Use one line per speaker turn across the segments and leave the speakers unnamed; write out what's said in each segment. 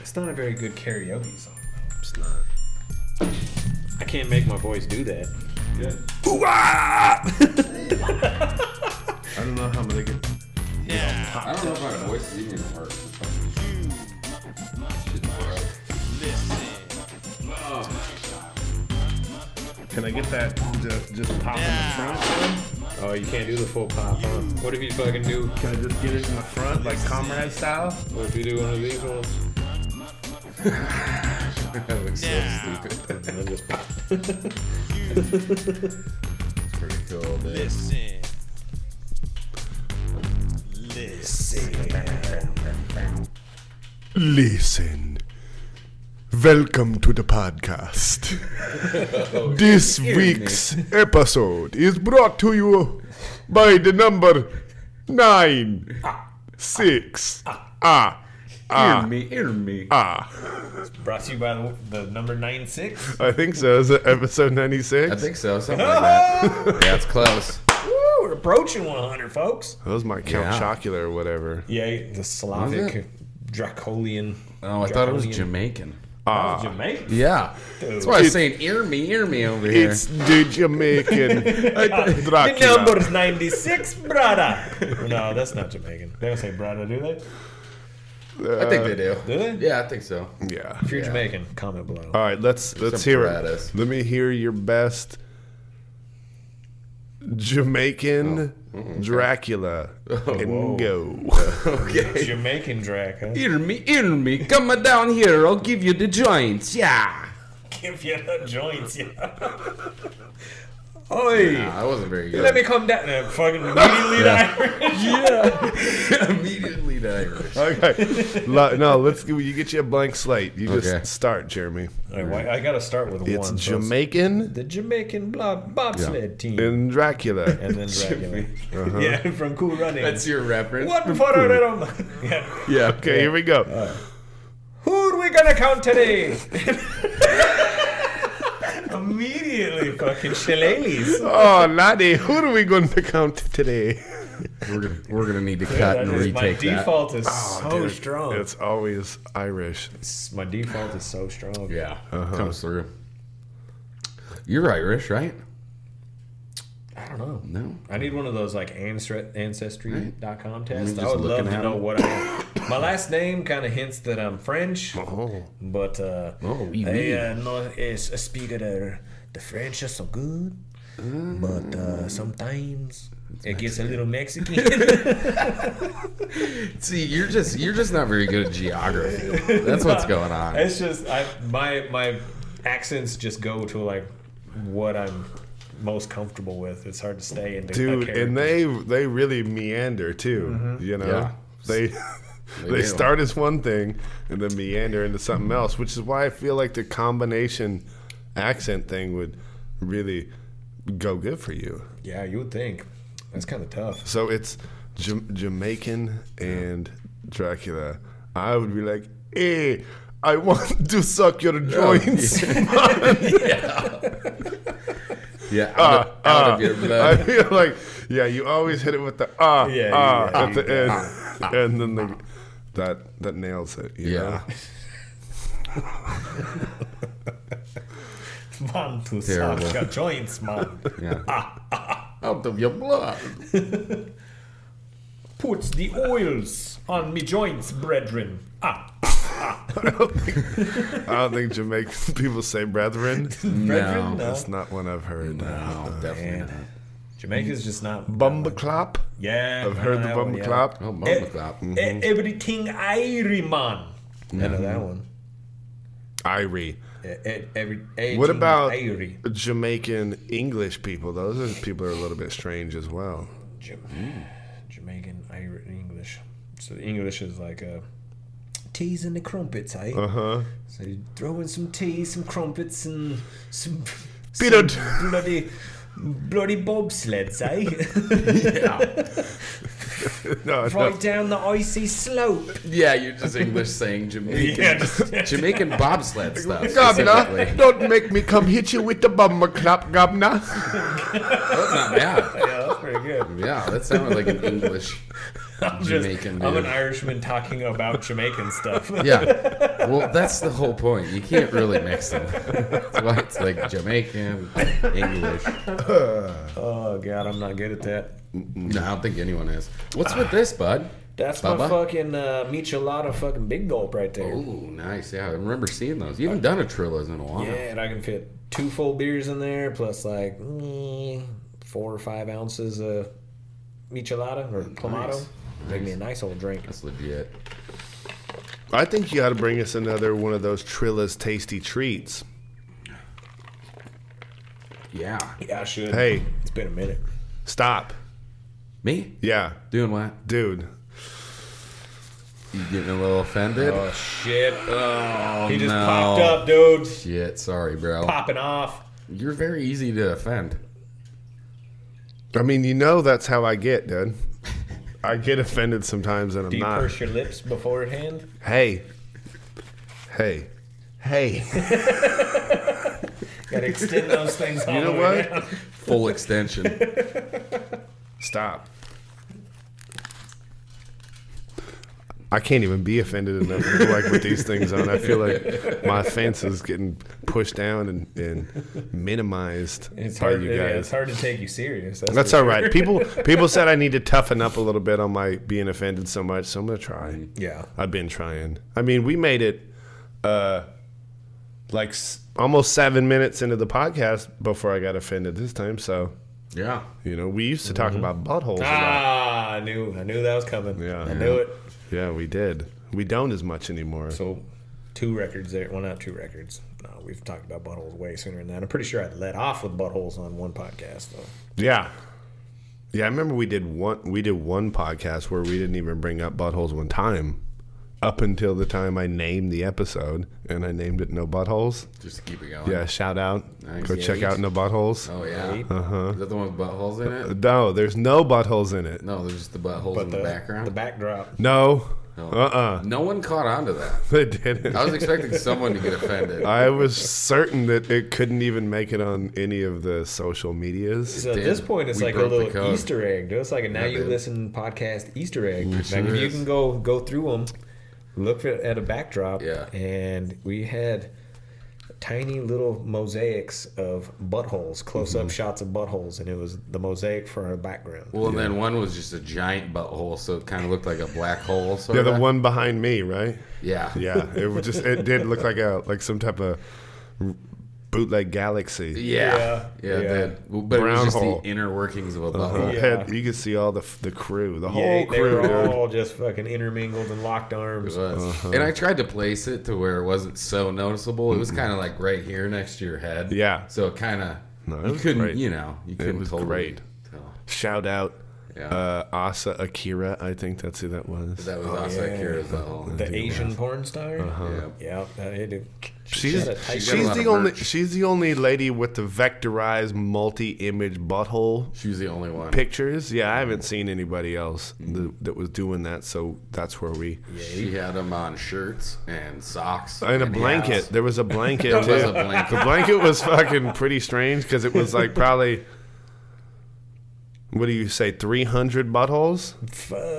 It's not a very good karaoke song.
It's not. I can't make my voice do that.
Yeah.
I don't know how many. Get,
I don't know if my voice is even hurt.
can I get that just just pop in the front?
Oh, you can't do the full pop, huh? What if you fucking do?
Can I just get it in the front like comrade style?
What if you do one of these ones?
That looks so stupid.
And then just pop.
That's pretty cool, dude.
Listen. Listen.
Listen. Welcome to the podcast. this week's episode is brought to you by the number nine six ah
Hear me, hear me.
ah.
Brought to you by the, the number nine six.
I think so. Is it episode ninety
I
six?
think so, something like that. yeah, it's close.
Woo, we're approaching 100, folks.
That was my Count
Yeah.
Chocula or whatever.
Yeah, the Slavic
it?
Dracolian. Ah.
Oh, I thought it was
Dracolian-
Jamaican.
That was Jamaican.
Yeah. That's why I was saying, ear me, ear me over here.
It's the Jamaican
The
Dracula.
number's 96, brada. no, that's not Jamaican. They don't say brada, do they?
I think they do.
do they?
Yeah, I think so.
Yeah.
If you're Jamaican, comment below.
All right, let's let's hear
apparatus.
it. Let me hear your best Jamaican
Oh. Mm-hmm.
Dracula and go.
Okay.
Jamaican Drac, huh?
Ear me, ear me. Come on down here. I'll give you the joints. Yeah.
Give you the joints, yeah. Oi!
I wasn't very good.
Let me come down. No, fucking immediately
Yeah.
Irish.
Immediately the Irish.
Okay, Lo- no, let's. You get you a blank slate. You just
Okay.
start, Jeremy.
All right, well, I gotta start with
It's
one. so
Jamaican
The Jamaican blob bobsled team.
and Dracula.
and then Dracula.
Uh-huh.
Yeah, from Cool Running.
That's your reference.
what for a little- yeah.
Yeah.
Okay, here we go.
Who are we gonna count today? Immediately, fucking shillelaghs.
Oh, laddie, who are we going to count today?
We're gonna, we're gonna need to cut
That
and
is- my
retake that. Oh,
default is so strong.
It's always Irish.
It's- my default is so strong.
Yeah, comes through. You're Irish, right?
I don't know.
No.
I need one of those like ancestry, ancestry.com tests. I
just
would love
looking
to
at
know
them.
what I My last name kind of hints that I'm French, but uh,
Oh, oui,
I,
oui.
uh, no, is- I speak of the, the French are so good, but uh, sometimes it gets a little Mexican.
See, you're just you're just not very good at geography. That's what's going on.
it's just I, my my accents just go to like what I'm most comfortable with. It's hard to stay in. the- a
dude
character.
and they they really meander too you know
Yeah.
they they,
do.
start as one thing and then meander into something else which is why i feel like the combination accent thing would really go good for you
yeah, you would think that's kind of tough.
so it's Jam- jamaican and dracula i would be like hey I want to suck your joints.
Yeah, out, of- out of your
I
blood.
feel like, yeah, you always hit it with the ah,
Yeah,
ah
yeah,
at the end, and then the, that that nails it. You know?
Yeah,
Man to
Terrible.
suck your joints, man.
yeah. Out of your blood.
Put the oils on me joints, brethren. Ah,
I don't think Jamaican people say brethren.
brethren?
No.
No.
That's not one I've heard.
No, definitely not.
Jamaica's just not.
Bumberclap.
Yeah.
Mm. I've heard the bumberclap.
Oh,
Eh.
mama clap.
Mm-hmm.
Everything Everything Iriman. I know that one.
Irie.
Eh, eh, Every, everything
What about
Irie.
Jamaican English people? Those are people are a little bit strange as well.
Jam-
Mm.
Jamaican Irish English. So the English is like a teas and the crumpets, eh?
Uh huh.
So you throw in some tea, some crumpets, and some, some
Peanut.
bloody bloody bobsleds, eh?
No, no.
right down the icy slope.
Yeah, you're just English saying Jamaican
Yeah, just-
Jamaican bobsled stuff.
Governor,
specifically.
don't make me come hit you with the bumberclap, Governor.
That's not bad.
Yeah, that's pretty good.
Yeah, that sounded like an English
I'm just-
Jamaican
I'm
dude.
an Irishman talking about Jamaican stuff.
Yeah. Well, that's the whole point. You can't really mix them. That's why it's like Jamaican, English.
Oh god, I'm not good at that.
No, I don't think anyone is. What's with this, bud?
That's my
Bubba?
fucking uh, michelada fucking big gulp right there.
Ooh, nice. Yeah, I remember seeing those. You haven't done a Trillas in a while.
Yeah, and I can fit two full beers in there plus like mm, four or five ounces of michelada or clamato. Make me a nice old drink.
That's legit.
I think you ought to bring us another one of those Trilla's tasty treats.
Yeah.
Yeah, I should.
Hey,
it's been a minute.
stop.
Me?
Yeah,
Doing what?
dude.
You getting a little offended?
Oh shit! uh,
Oh,
he just
no.
popped up, dude.
Shit, sorry, bro.
Popping off.
You're very easy to offend.
I mean, you know that's how I get, dude. I get offended sometimes, and I'm
Do you
not.
purse your lips beforehand?
Hey, hey, hey.
Gotta extend those things. All
You know
the way down.
what?
Full extension.
Stop. I can't even be offended enough like with these things on. I feel like my offense is getting pushed down and, and minimized
It's
by
hard.
you
yeah,
guys.
it's hard to take you serious. That's,
That's
for
all
sure.
right. People people said I need to toughen up a little bit on my being offended so much, so I'm gonna try.
Yeah.
I've been trying. I mean, we made it uh like s- almost 7 minutes into the podcast before I got offended this time, so
yeah.
you know, we used to talk
Mm-hmm.
about buttholes a lot.
Ah, I knew. I knew that was coming.
Yeah.
I knew it.
Yeah, we did. We don't as much anymore.
So, two records there. Well, not two records. No, we've talked about buttholes way sooner than that. I'm pretty sure I let off with buttholes on one podcast though.
yeah. Yeah, I remember we did one we did one podcast where we didn't even bring up buttholes one time. Up until the time I named the episode and I named it No Buttholes.
Just to keep it going.
Yeah, shout out.
Nice.
Go
Yeah,
check
you-
out No Buttholes.
Oh yeah. Uh huh. Is that the one with buttholes in it?
No, there's no buttholes in it.
No, there's just the buttholes in the, background.
the backdrop.
No.
No.
Uh-uh.
no one caught on to that.
They didn't.
I was expecting someone to get offended.
I was certain that it couldn't even make it on any of the social medias.
So at
did.
this point, it's
We
like a
broke the
little
code.
Easter egg. dude. It's like a now
Yeah,
you
dude.
listen podcast Easter egg. Like,
sure
if you
is.
can go go through them, look for, at a backdrop.
Yeah.
And we had tiny little mosaics of buttholes, close
Mm-hmm.
up shots of buttholes, and it was the mosaic for our background.
Well, and then one was just a giant butthole, so it kind of looked like a black hole. Sort
Yeah,
of.
the one behind me, right?
Yeah.
Yeah, it was just it did look like a like some type of bootleg galaxy.
Yeah.
Yeah.
Yeah. it
Yeah.
did. Well, But it
Brown
was just
hole. Uh-huh.
the inner workings of a butthole.
It had- you could see all the the crew, the whole
Yeah, they
crew.
were
dude.
all just fucking intermingled and locked arms.
It was.
Uh-huh.
And I tried to place it to where it wasn't so noticeable. It was kind of like right here next to your head.
Yeah.
So it kind of
No, it
you
was
couldn't,
great.
you know, you couldn't
was
totally
great.
tell.
Shout out
Yeah.
uh, Asa Akira. I think that's who that was.
That was also
oh, yeah.
Akira's butthole.
The Asian porn star.
Yeah.
Yeah, that it did.
Uh-huh. She's
got a tight-
she's,
she's got a lot
the
of
only
merch.
she's the only lady with the vectorized multi-image butthole
She was the only one.
pictures. Yeah, I haven't seen anybody else th- that was doing that. So that's where we
She had them on shirts and socks
and a
hats.
blanket. There was a blanket
There
too.
was a blanket.
The blanket was fucking pretty strange because it was like probably what do you say, three hundred buttholes?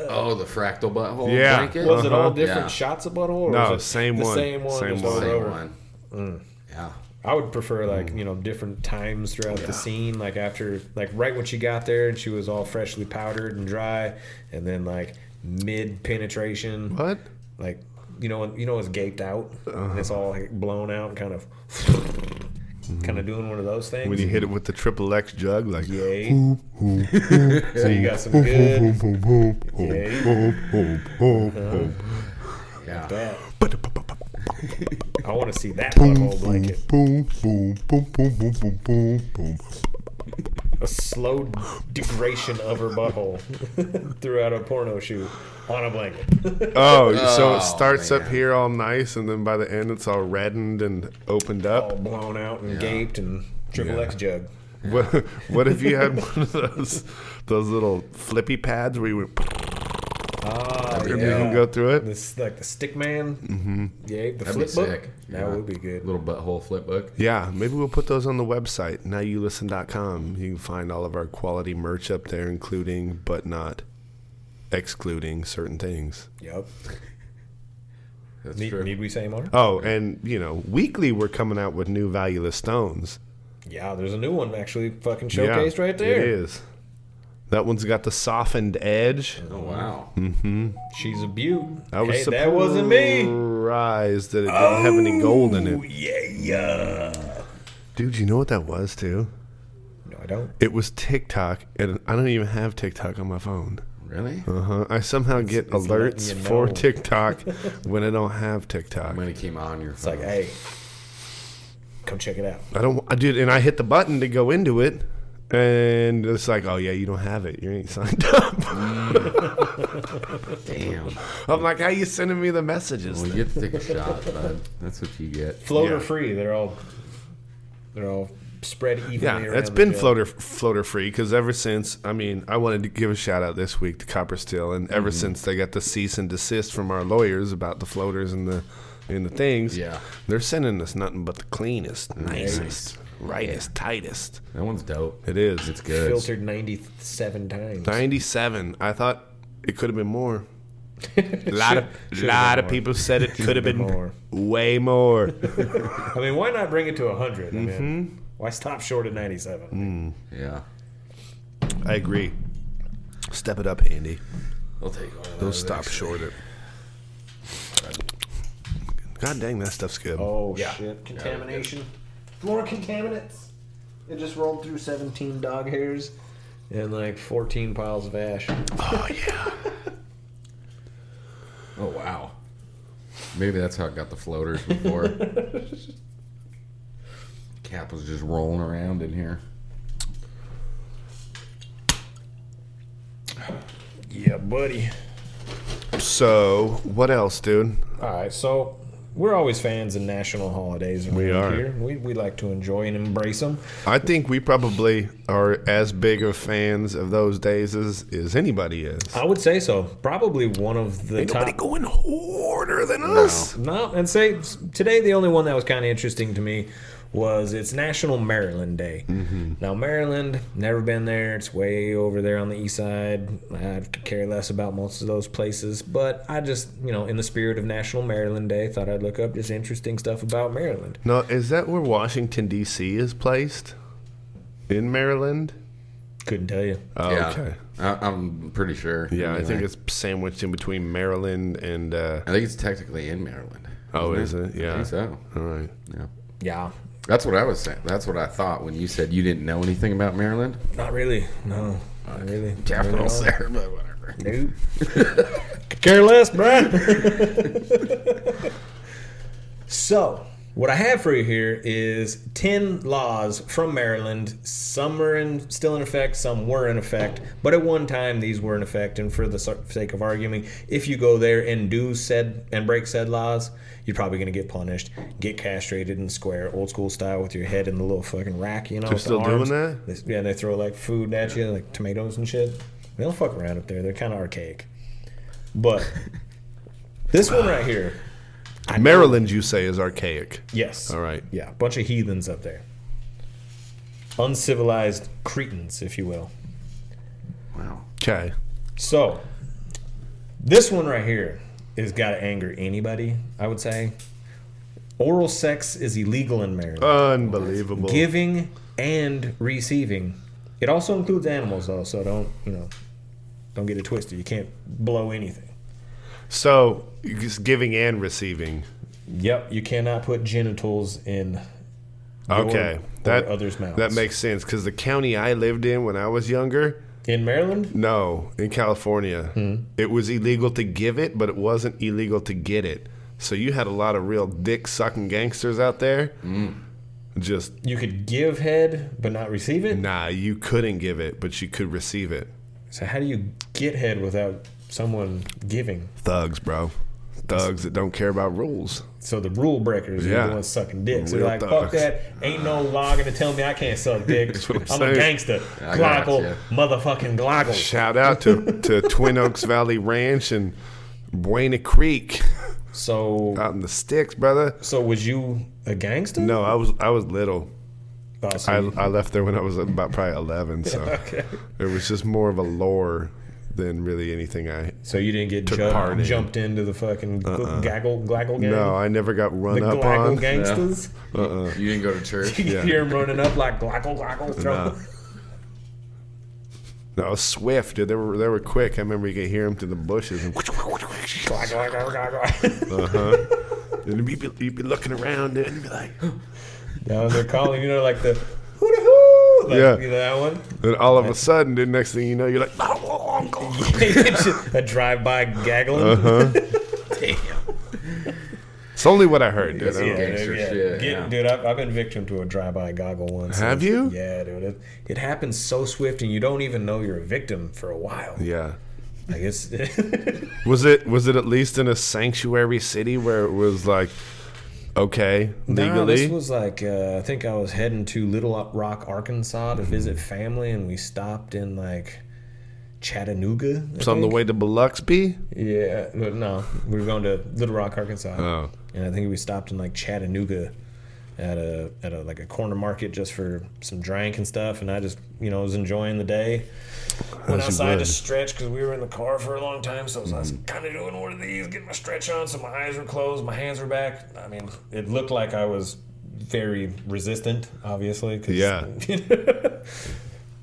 Oh, the fractal butthole
Yeah.
blanket.
Was
Was it all
Uh-huh.
different
Yeah.
shots of butthole? Or
No,
was it
same
the
one.
Same one.
Same
just
one.
over and
Same
over?
one.
Mm.
Yeah.
I would prefer like you know different times throughout the scene, like after like right when she got there and she was all freshly powdered and dry, and then like mid penetration,
What?
like you know when- you know it's gaped out, and
Uh-huh.
it's all like, blown out, and kind of kind of doing one of those things.
Mm-hmm. When you hit it with the triple X jug, like
Yay. so you got some good. Yay.
Uh-huh. Yeah.
that. I want to see that butthole blanket. A slow degradation of her butthole throughout a porno shoot on a blanket.
Oh, so
Oh,
it starts up
man.
here all nice, and then by the end it's all reddened and opened
All
up.
blown out and gaped and triple X jug.
What, what if you had one of those those little flippy pads where you went
Ah,
and you can go through it?
This like the stick man. Mm-hmm. Yeah, the
That'd be
flip book.
sick.
That
Yeah.
would be good.
Little butthole flip book.
Yeah, maybe we'll put those on the website, nowyoulisten.com. You can find all of our quality merch up there, including but not excluding certain things.
Yep.
That's
Need,
true.
need we say more?
Oh, and you know, weekly we're coming out with new valueless stones.
Yeah, there's a new one actually fucking
Yeah,
showcased right
It
there.
is. That one's got the softened edge.
Oh wow.
She's a beaut.
I Mm-hmm. was
hey,
surprised
that wasn't me. Oh.
that it didn't have any gold in it.
Yeah, yeah.
Dude, you know what that was too?
No, I don't.
It was TikTok, and I don't even have TikTok on my phone.
Really?
Uh huh. I somehow get
Uh-huh. it's letting
alerts
you
for
know.
TikTok when I don't have TikTok.
When it came on your
It's like,
phone.
hey, come check it out.
I don't, I did, and I hit the button to go into it, and it's like, oh yeah, you don't have it. You ain't signed up.
Damn.
I'm like, how you sending me the messages?
Well, you get to take a shot, bud. That's what you get.
Floater
Yeah.
free. They're all they're all spread evenly.
Yeah,
around
it's
the
been
field.
floater floater free because ever since I mean I wanted to give a shout out this week to Copper Steel and ever since they got the cease and desist from our lawyers about the floaters and the and the things
Yeah.
they're sending us nothing but the cleanest nicest rightest tightest
That one's dope.
it is
It's good.
filtered 97 times.
ninety seven I thought it could have been more a lot of lot
been
of
more.
people said it could have been
been more.
way more
I mean, why not bring it to 100? I
Mm-hmm.
mean, why stop short at
Mm.
97?
Yeah.
I agree step it up Andy
I'll take one. of
don't
those
stop
actually.
short it God dang that stuff's good
Oh, shit. Contamination. Floor contaminants. It just rolled through 17 dog hairs and like 14 piles of ash.
Oh wow. Maybe that's how I got the floaters before. Cap was just rolling around in here.
Yeah, buddy.
So, what else, dude?
All right, so we're always fans of national holidays around
We are.
here. We, we like to enjoy and embrace them.
I think we probably are as big of fans of those days as, as anybody is.
I would say so. Probably one of the
Ain't nobody
top
going harder than us.
No, and say today the only one that was kind of interesting to me was it's National Maryland Day.
Mm-hmm.
Now Maryland, never been there. It's way over there on the east side. I could care less about most of those places, but I just you know in the spirit of National Maryland Day, thought I'd look up just interesting stuff about Maryland.
No, is that where Washington D.C. is placed? In Maryland?
Couldn't tell you.
Oh,
yeah.
okay.
I, I'm pretty sure.
Yeah, I
Anyway.
think it's sandwiched in between Maryland and. Uh,
I think it's technically in Maryland.
oh, is
isn't
it?
Mm-hmm.
Yeah.
I think so.
All right.
Yeah.
Yeah,
That's what I was saying. That's what I thought when you said you didn't know anything about Maryland.
not really. No, not really.
Capital Sarah, but whatever.
Nope. Care less, Brian. so, what I have for you here is 10 laws from Maryland. Some are in, still in effect, some were in effect, but at one time these were in effect. And for the so- sake of arguing, if you go there and do said and break said laws, you're probably going to get punished, get castrated in square, old school style, with your head in the little fucking rack, you know. with the
still doing
arms.
that?
They- Yeah, they throw like food at you, like tomatoes and shit. They don't fuck around up there. They're kind of archaic. But this one
Ah.
right here,
Maryland, you say, is archaic.
yes.
All right.
Yeah, bunch of heathens up there. Uncivilized Cretans, if you will.
Wow.
Okay.
So, this one right here is got to anger anybody, I would say. Oral sex is illegal in Maryland.
Unbelievable.
giving and receiving. It also includes animals, though, so don't you know, don't get it twisted. You can't blow anything.
so, just giving and receiving.
Yep, you cannot put genitals in. your
Okay,
or
that
others' mouths.
that makes sense because the county I lived in when I was younger,
in Maryland.
no, in California, it was illegal to give it, but it wasn't illegal to get it. So you had a lot of real dick sucking gangsters out there. Just
You could give head but not receive it.
nah, you couldn't give it, but you could receive it.
So how do you get head without someone giving?
Thugs, bro, thugs that don't care about rules.
So the rule breakers are
Yeah.
the ones sucking dick. So
Real
you're like, fuck
thugs.
that. Ain't no law gonna tell me I can't suck dick.
what
I'm,
I'm
a
saying.
gangster.
I got
Gloggle,
you.
motherfucking gloggle.
Shout out to to Twin Oaks Valley Ranch and Buena Creek
So
out in the sticks, brother.
So was you a gangster?
No, I was I was little.
Oh, so
I,
you-
I left there when I was about probably 11, so
okay.
it was just more of a lore than really anything I.
So you didn't get
Took
ju-
part in. Uh-uh.
jumped into the fucking gaggle gaggle gang?
No, I never got run
the
up
glaggle
on.
gangsters?
You didn't go to church.
You hear them running up like glaggle glaggle. Throw.
No, I was swift, dude. They were they were quick. I remember you could hear them through the bushes, and
Glaggle, glaggle, glaggle.
and you'd, be, you'd be looking around dude, and you'd be like,
Now they're calling, you know, like the hoo hoo. Like,
Yeah.
You know that one?
and all of a sudden, the next thing you know, you're like, "Oh,
that drive by gaggling.
Uh-huh. it's only what I heard, dude. I don't-
Yeah, dude,
Gangster
yeah.
shit,
Get-
yeah.
Dude, I've, I've been victim to a drive-by goggle once.
Have you?
Yeah, dude. It, it happens so swift, and you don't even know you're a victim for a while.
Yeah.
Like it's
Was it was it at least in a sanctuary city where it was like, okay,
No,
legally?
this was like uh, I think I was heading to Little Rock, Arkansas, to visit family, and we stopped in like Chattanooga. I
It's on the
think.
way to Biloxby.
Yeah, but no, we were going to Little Rock, Arkansas.
Oh.
And I think we stopped in like Chattanooga at a at a like a corner market just for some drink and stuff. And I just you know was enjoying the day. Went
you
outside to
would.
stretch because we were in the car for a long time, so I was,
Mm-hmm.
kind of doing one of these, getting my stretch on. So my eyes were closed, my hands were back. I mean, it looked like I was very resistant, obviously. 'cause-
Yeah. yeah, they're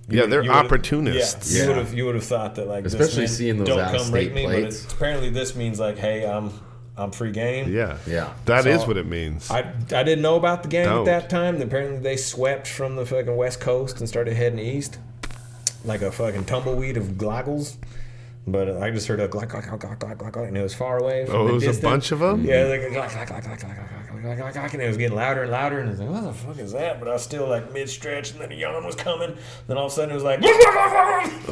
you would've-
opportunists.
Yeah,
Yeah.
you would have you would have thought that like
Especially
this meant,
seeing those
don't come
out-of-state
rape me, but
plates.
it, apparently this means like hey I'm I'm free game.
Yeah.
Yeah.
That is
So-
what it means.
I, I didn't know about the game
Don't.
at that time. Apparently they swept from the fucking west coast and started heading east, like a fucking tumbleweed of gloggles. But I just heard a glock glock glock glock glock glock, glock, and it was far away. From
oh,
the
it was
distance.
a bunch of them.
Yeah, like a glock glock glock glock glock glock, glock, glock glock glock, and it was getting louder and louder, and I was like, what the fuck is that? But I was still like mid stretch, and then a yawn was coming. Then all of a sudden it was like.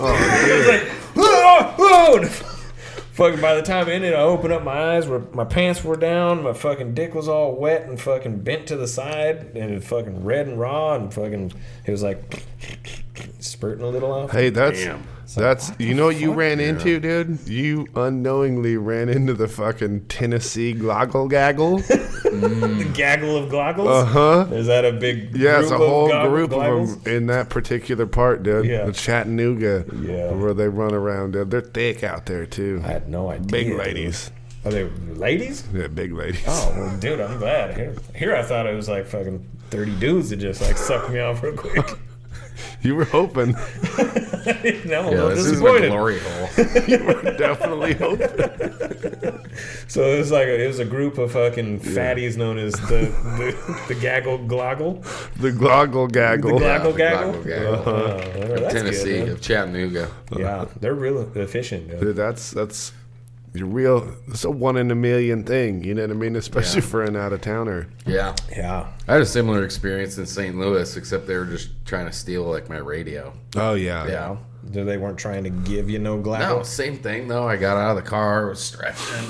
Oh, oh, and fucking by the time it ended, I opened up my eyes, where my pants were down, my fucking dick was all wet and fucking bent to the side, and it fucking red and raw, and fucking it was like spurting a little off.
Hey, that's
Damn.
that's you know what you ran into, dude. You unknowingly ran into the fucking Tennessee gloggle gaggle.
The gaggle of gloggles.
Uh huh.
Is that a big
Yeah, it's a
group
whole
of goggle-
group
gloggles?
of them in that particular part, dude.
Yeah.
The Chattanooga,
Yeah.
where they run around. Dude. They're thick out there too.
I had no idea.
Big
dude.
ladies.
Are they ladies?
Yeah, big ladies.
Oh, well, dude, I'm glad. Here, here I thought it was like fucking 30 dudes that just like sucked me off real quick.
You were hoping.
now I'm a
Yeah,
little
this is my
disappointed.
glory hole.
you were definitely hoping.
So it was like a, it was a group of fucking fatties known as the the, the gaggle gloggle,
The gloggle
the
gaggle.
glaggle
Goggle
gaggle.
gaggle. Uh-huh.
Oh, well, that's
Tennessee,
good,
of Chattanooga.
huh? yeah, they're real efficient. Dude.
Dude, that's that's you're real. It's a one in a million thing. You know what I mean? Especially for an out of towner.
Yeah.
Yeah,
I had a similar experience in St. Louis, except they were just trying to steal like my radio.
Oh yeah.
Yeah.
so they weren't trying to give you no
No,
glaggle.
same thing though. I got out of the car, was stretching.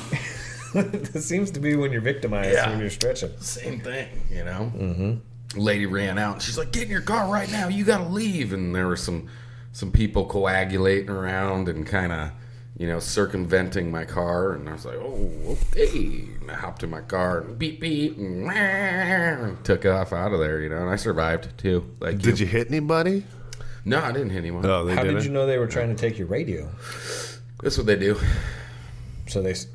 it seems to be when you're victimized
Yeah.
when you're stretching.
same thing, you know. Mm-hmm. Lady ran out. and She's like, "Get in your car right now. You gotta leave." And there were some some people coagulating around and kind of you know circumventing my car. And I was like, "Oh, okay." And I hopped in my car and beep beep and, wah, and took off out of there. You know, and I survived too. Like,
Did you hit anybody?
No, I didn't hit anyone.
Oh, they
How
didn't.
did you know they were trying to take your radio?
That's what they do.
So they s-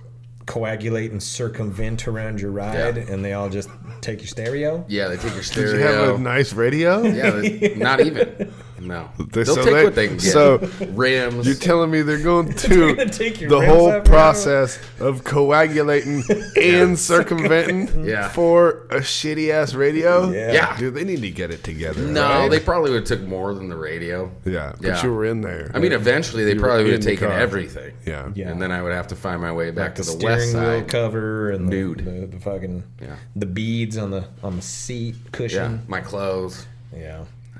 coagulate and circumvent around your ride,
Yeah.
and they all just take your stereo.
Yeah, they take your stereo.
Did you have a nice radio?
yeah, they- not even. No,
They-
they'll
so
take
they-
what they can get.
so
rims.
You're telling me they're going to
gonna take your
the
ribs
whole
out for
process of coagulating and circumventing
Yeah.
for a shitty ass radio?
Yeah.
Yeah.
Dude, they need to get it together.
no,
right?
they probably would have took more than the radio.
Yeah, but
Yeah.
you were in there.
I mean, eventually they
You
probably
were
would have
in the
taken
car.
everything.
yeah.
Yeah.
And then I would have to find my way back to the,
steering
west
wheel
side.
cover and the-
Nude.
The, the fucking
Yeah.
the beads on the on the seat
Yeah,
cushion.
my clothes.
Yeah.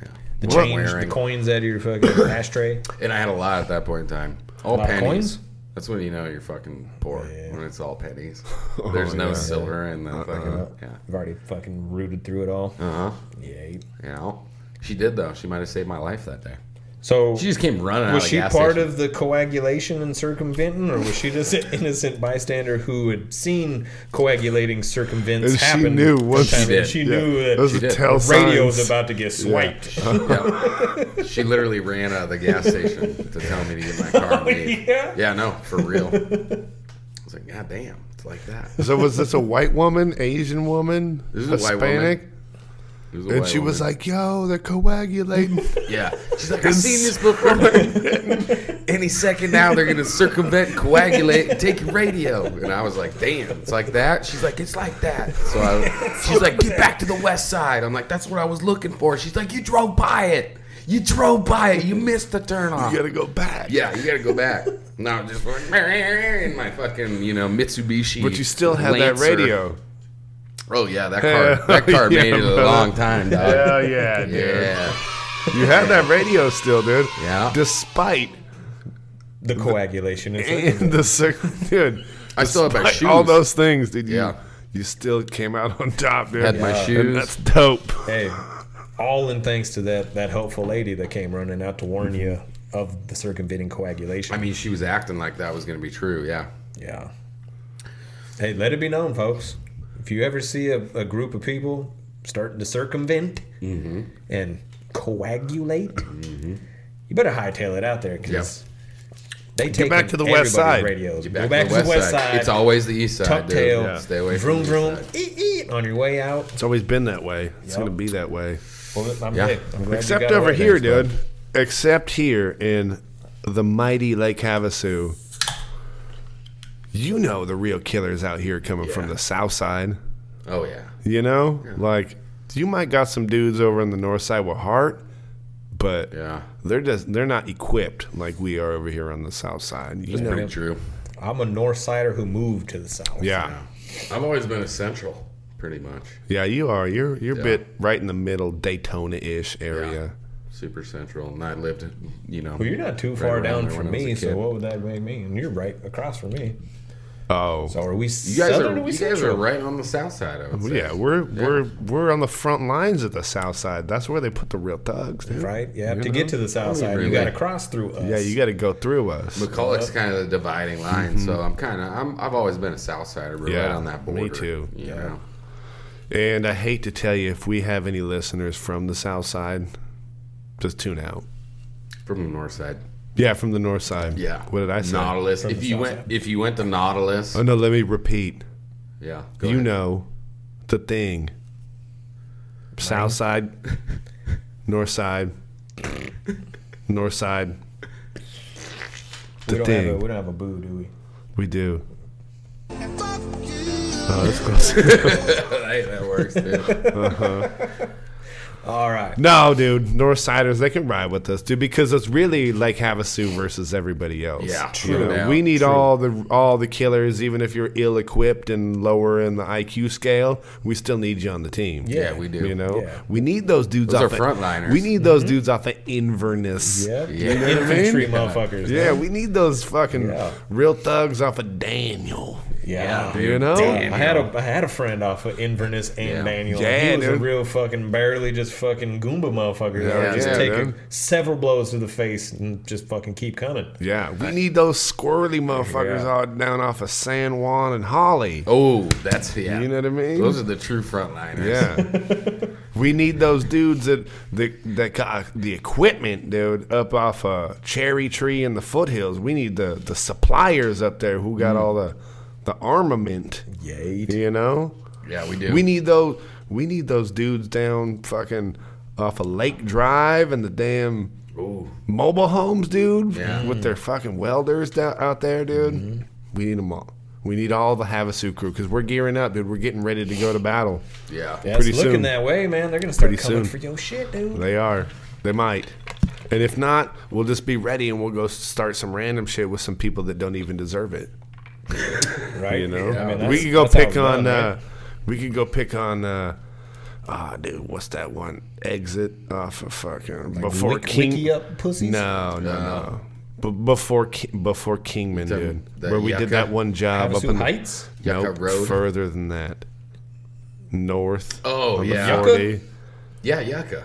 Yeah.
The
What I'm
change, the
wearing.
coins out of your fucking ashtray.
And I had a lot at that point in time. All
lot of
pennies.
coins?
That's when you know you're fucking poor.
Yeah.
When it's all pennies. There's no
Oh, yeah. Uh-huh.
silver and the fucking yeah.
I've already fucking rooted through it all.
Uh huh.
Yeah.
You know, she did though. She might have saved my life that day.
So
She just came running. out
was
of
she
the gas
part
station.
of the coagulation and circumventing, or was she just an innocent bystander who had seen coagulating circumvents
And she
happen?
knew what
sometime?
she did.
She
Yeah,
knew that
those
she
are
did.
tell
the radio was
signs.
about to get swiped.
Yeah. she literally ran out of the gas station to tell me to get my car. and leave.
yeah?
yeah, no, for real. I was like, God damn, it's like that.
So was this a white woman, Asian woman,
This is a white woman.
Hispanic?
It was a
And
white
she was
woman.
like, "Yo, they're coagulating."
Yeah, she's like, I've seen this before. Any second now, they're gonna circumvent, coagulate, and take your radio. And I was like, Damn, it's like that. She's like, It's like that. So I, she's like, Get back to the west side. I'm like, That's what I was looking for. She's like, You drove by it. You drove by it. You missed the turnoff.
you gotta go back.
Yeah, you gotta go back. No, just like, in my fucking, you know, Mitsubishi.
But you still had that
Lancer.
radio.
Oh yeah, that car. That car
Yeah,
made it a
brother.
long time, dog.
Hell yeah, dude.
Yeah.
You had that radio still, dude.
Yeah.
Despite
The coagulation and circumventing.
and the cir- dude.
I still have my
despite All
shoes.
those things, dude. You,
Yeah.
You still came out on top, dude.
Had my
And
shoes.
That's dope.
Hey, all in thanks to that that helpful lady that came running out to warn you of the circumventing coagulation.
I mean, she was acting like that was gonna be true. Yeah.
yeah. Hey, let it be known, folks. If you ever see a, a group of people starting to circumvent and coagulate, you better hightail it out there because they take
back to the west side.
Radios.
Get
Go back to the west side.
It's always the east side.
tuck
dude.
tail.
Stay away.
Vroom
from the east
vroom,
side.
eat eat on your way out.
It's always been that way. It's
Yup.
gonna be that way.
Well, I'm,
Yeah.
hey, I'm glad you
Except
got
over
away,
here,
thanks, bud.
dude. Except here in the mighty Lake Havasu. You know the real killers out here coming from the south side.
Oh yeah.
You know? Like you might got some dudes over on the north side with heart, but
Yeah.
they're just they're not equipped like we are over here on the south side. You know?
Pretty true.
I'm a north sider who moved to the south.
Yeah.
I've always been a central, pretty much.
Yeah, you are. You're you're
Yeah.
a bit right in the middle Daytona ish area.
Super central, and I lived, you know.
Well, you're not too
right
far
around
down
there when
from
I was a
me, so
kid.
what would that make me? And you're right across from me.
Oh.
So are we
You guys
southern?
are
or we
you guys are
central?
right on the south side. I would
Well,
say.
yeah, we're we're we're on the front lines of the South Side. That's where they put the real thugs, dude.
Right? Yeah. To get to the south side,
really.
you got to cross through us.
Yeah, you got to go through us.
McCulloch's kind of the dividing line, so I'm kind of I'm I've always been a south sider, but right
Mm-hmm. Yeah,
on that border.
me too.
You know,
And I hate to tell you, if we have any listeners from the South Side, just tune out.
from the north side.
Yeah, from the North Side.
Yeah.
What did I say?
Nautilus. If you went if you went to Nautilus,
Oh no, let me repeat.
yeah. go
you
ahead.
know, the thing. South Side, North Side, North Side.
we, don't
The
Have a,
thing
we don't have a boo, do we?
we do. Oh, that's close.
Hey, that works. Dude.
All right.
No, dude, Northsiders, they can ride with us, dude, because it's really like Havasu versus everybody else.
Yeah,
You
no
know,
doubt.
we need all the all the killers, even if you're ill equipped and lower in the IQ scale, we still need you on the team.
Yeah, we do.
You know,
Yeah.
we need those dudes
Those
off
are
of-
frontliners. Mm-hmm.
We need those dudes off of Inverness.
Yep.
Yeah. You know what I mean?
Infantry motherfuckers.
Yeah,
man.
we need those fucking
Yeah.
real thugs off of Daniel.
Yeah.
dude.
You know?
I had a I had a friend off of Inverness and
Yeah.
Daniel.
Yeah,
he was a
dude.
real fucking barely just fucking Goomba motherfucker. that
Yeah,
would just
yeah,
take
dude.
several blows to the face and just fucking keep coming.
Yeah, we need those squirrely motherfuckers
Yeah.
all down off of San Juan and Holly.
Oh, that's yeah.
You know what I mean?
Those are the true frontliners.
Yeah. we need those dudes that that that got the equipment, dude, up off a cherry tree in the foothills. We need the the suppliers up there who
Mm.
got all the the armament.
Yay.
You know?
Yeah, we do.
We need those we need those dudes down fucking off a Lake Drive and the damn
Ooh.
mobile homes, dude,
Yeah. Mm-hmm.
with their fucking welders down, out there, dude. We need them all. We need all the Havasu crew because we're gearing up, dude. We're getting ready to go to battle.
Yeah.
Yeah, it's
Pretty
looking
soon.
that way, man. They're gonna start
Pretty
coming
soon.
for your shit, dude.
They are. They might. And if not, we'll just be ready and we'll go start some random shit with some people that don't even deserve it.
Right?
You know,
I mean, that's-
we could go
that's how
pick
it's done,
on.
right?
uh, we could go pick on. Uh, Ah, dude, what's that one exit off of fucking before
Wick-
King?
Wicky up pussies?
No, no, no. But before Ki- before Kingman,
The-
dude,
the
where we did
Yucca?
that one job up
Havasu
in the
Heights?
Yucca
Nope,
Road?
further than that, north.
Oh
on
yeah.
the 40.
Yeah, yucca.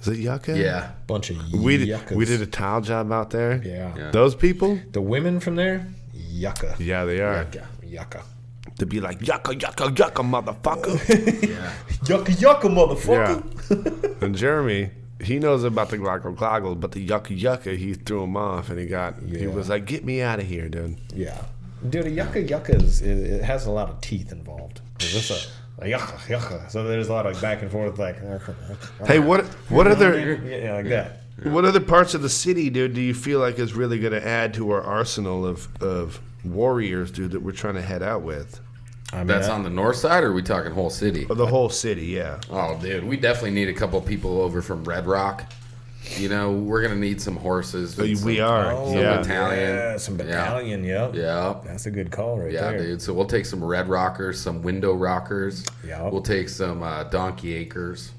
Is it Yucca?
Yeah.
Bunch of
We
yuccas.
did, we did a tile job out there.
Yeah.
Yeah.
Those people?
The women from there, yucca.
Yeah, they are.
Yucca. Yucca.
To be like yucca, yucca, yucca, motherfucker.
Yucca, yucca,
yeah.
motherfucker.
And Jeremy, he knows about the gloggle gloggles, but the yucca yucca, he threw him off, and he got he
Yeah.
was like, "Get me out of here, dude."
Yeah. Dude, a yucca yucca is, it, it has a lot of teeth involved. Is this a, a yucca yucca? So there's a lot of back and forth, like,
Hey, what what other
yeah, yeah, like that.
what other parts of the city, dude, do you feel like is really going to add to our arsenal of of warriors, dude, that we're trying to head out with?
I mean,
That's
I-
on the north side, or are we talking whole city?
Or the whole city, yeah.
Oh, dude, we definitely need a couple people over from Red Rock. You know, we're gonna need some horses. and some-
We are,
Oh,
yeah.
battalion.
Yeah, some battalion, yep.
Yeah.
That's a good call right
Yeah,
there.
dude. So we'll take some red rockers, some window rockers.
Yeah.
We'll take some uh, donkey acres.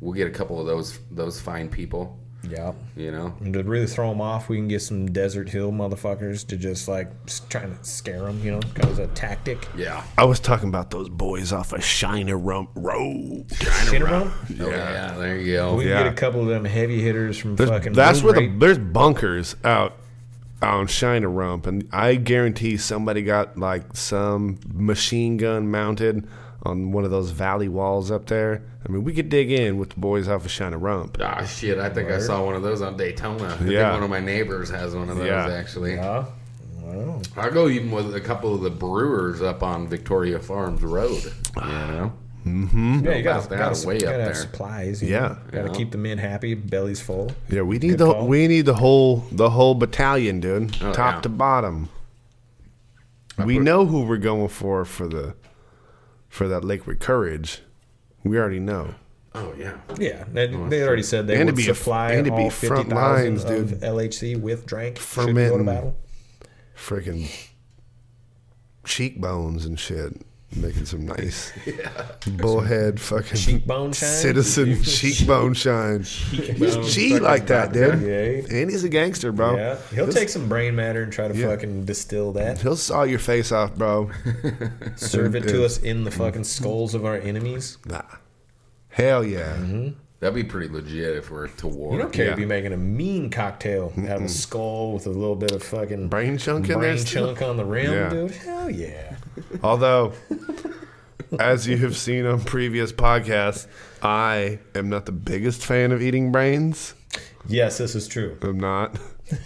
We'll get a couple of those those fine people.
Yeah.
You know.
And to really throw them off, we can get some Desert Hill motherfuckers to just like s- trying to scare them, you know, because a tactic.
Yeah.
I was talking about those boys off of Shiner Rump Road.
Shit around.
Yeah. yeah. There you go.
We
Yeah.
can get a couple of them heavy hitters from
There's-
fucking.
that's where
Road
the
Rape.
there's bunkers out on Shiner Rump, and I guarantee somebody got like some machine gun mounted on one of those valley walls up there. I mean, we could dig in with the boys off of Shiner Rump.
Ah, shit. I think I saw one of those on Daytona. I
Yeah.
think one of my neighbors has one of those
Yeah.
actually.
Yeah. Wow.
I'll go even with a couple of the brewers up on Victoria Farms Road. You know.
Mm-hmm. Yeah, you
about
gotta,
that,
gotta,
way up
gotta
there.
have supplies. you
Yeah.
know. gotta keep the men happy, bellies full.
Yeah, we need
Good
the
call.
we need the whole the whole battalion, dude,
Oh,
top
yeah.
to bottom. we know who we're going for for the for that Lakewood Courage. We already know.
Oh yeah.
Yeah, they, they already said they
And to
would
be a-
supply
and to be
all
front
fifty thousand
lines,
of
dude.
LHC with drank. should we go to
Fermenting.
battle.
freaking cheekbones and shit, making some nice bullhead fucking
Cheekbone shine?
citizen cheekbone shine. He's G like that, dude,
Yeah.
and he's a gangster, bro.
Yeah, he'll take some brain matter and try to fucking distill that,
He'll saw your face off, bro.
serve it to us in the
Mm.
fucking skulls of our enemies.
nah, hell yeah.
Mm-hmm.
That'd be pretty legit if we're to war.
You don't care
Yeah.
if you're making a mean cocktail out of a skull with a little bit of fucking
Brain chunk in there
brain
still?
chunk on the rim,
Yeah.
dude. Hell yeah.
Although, as you have seen on previous podcasts, I am not the biggest fan of eating brains.
Yes, this is true.
I'm not.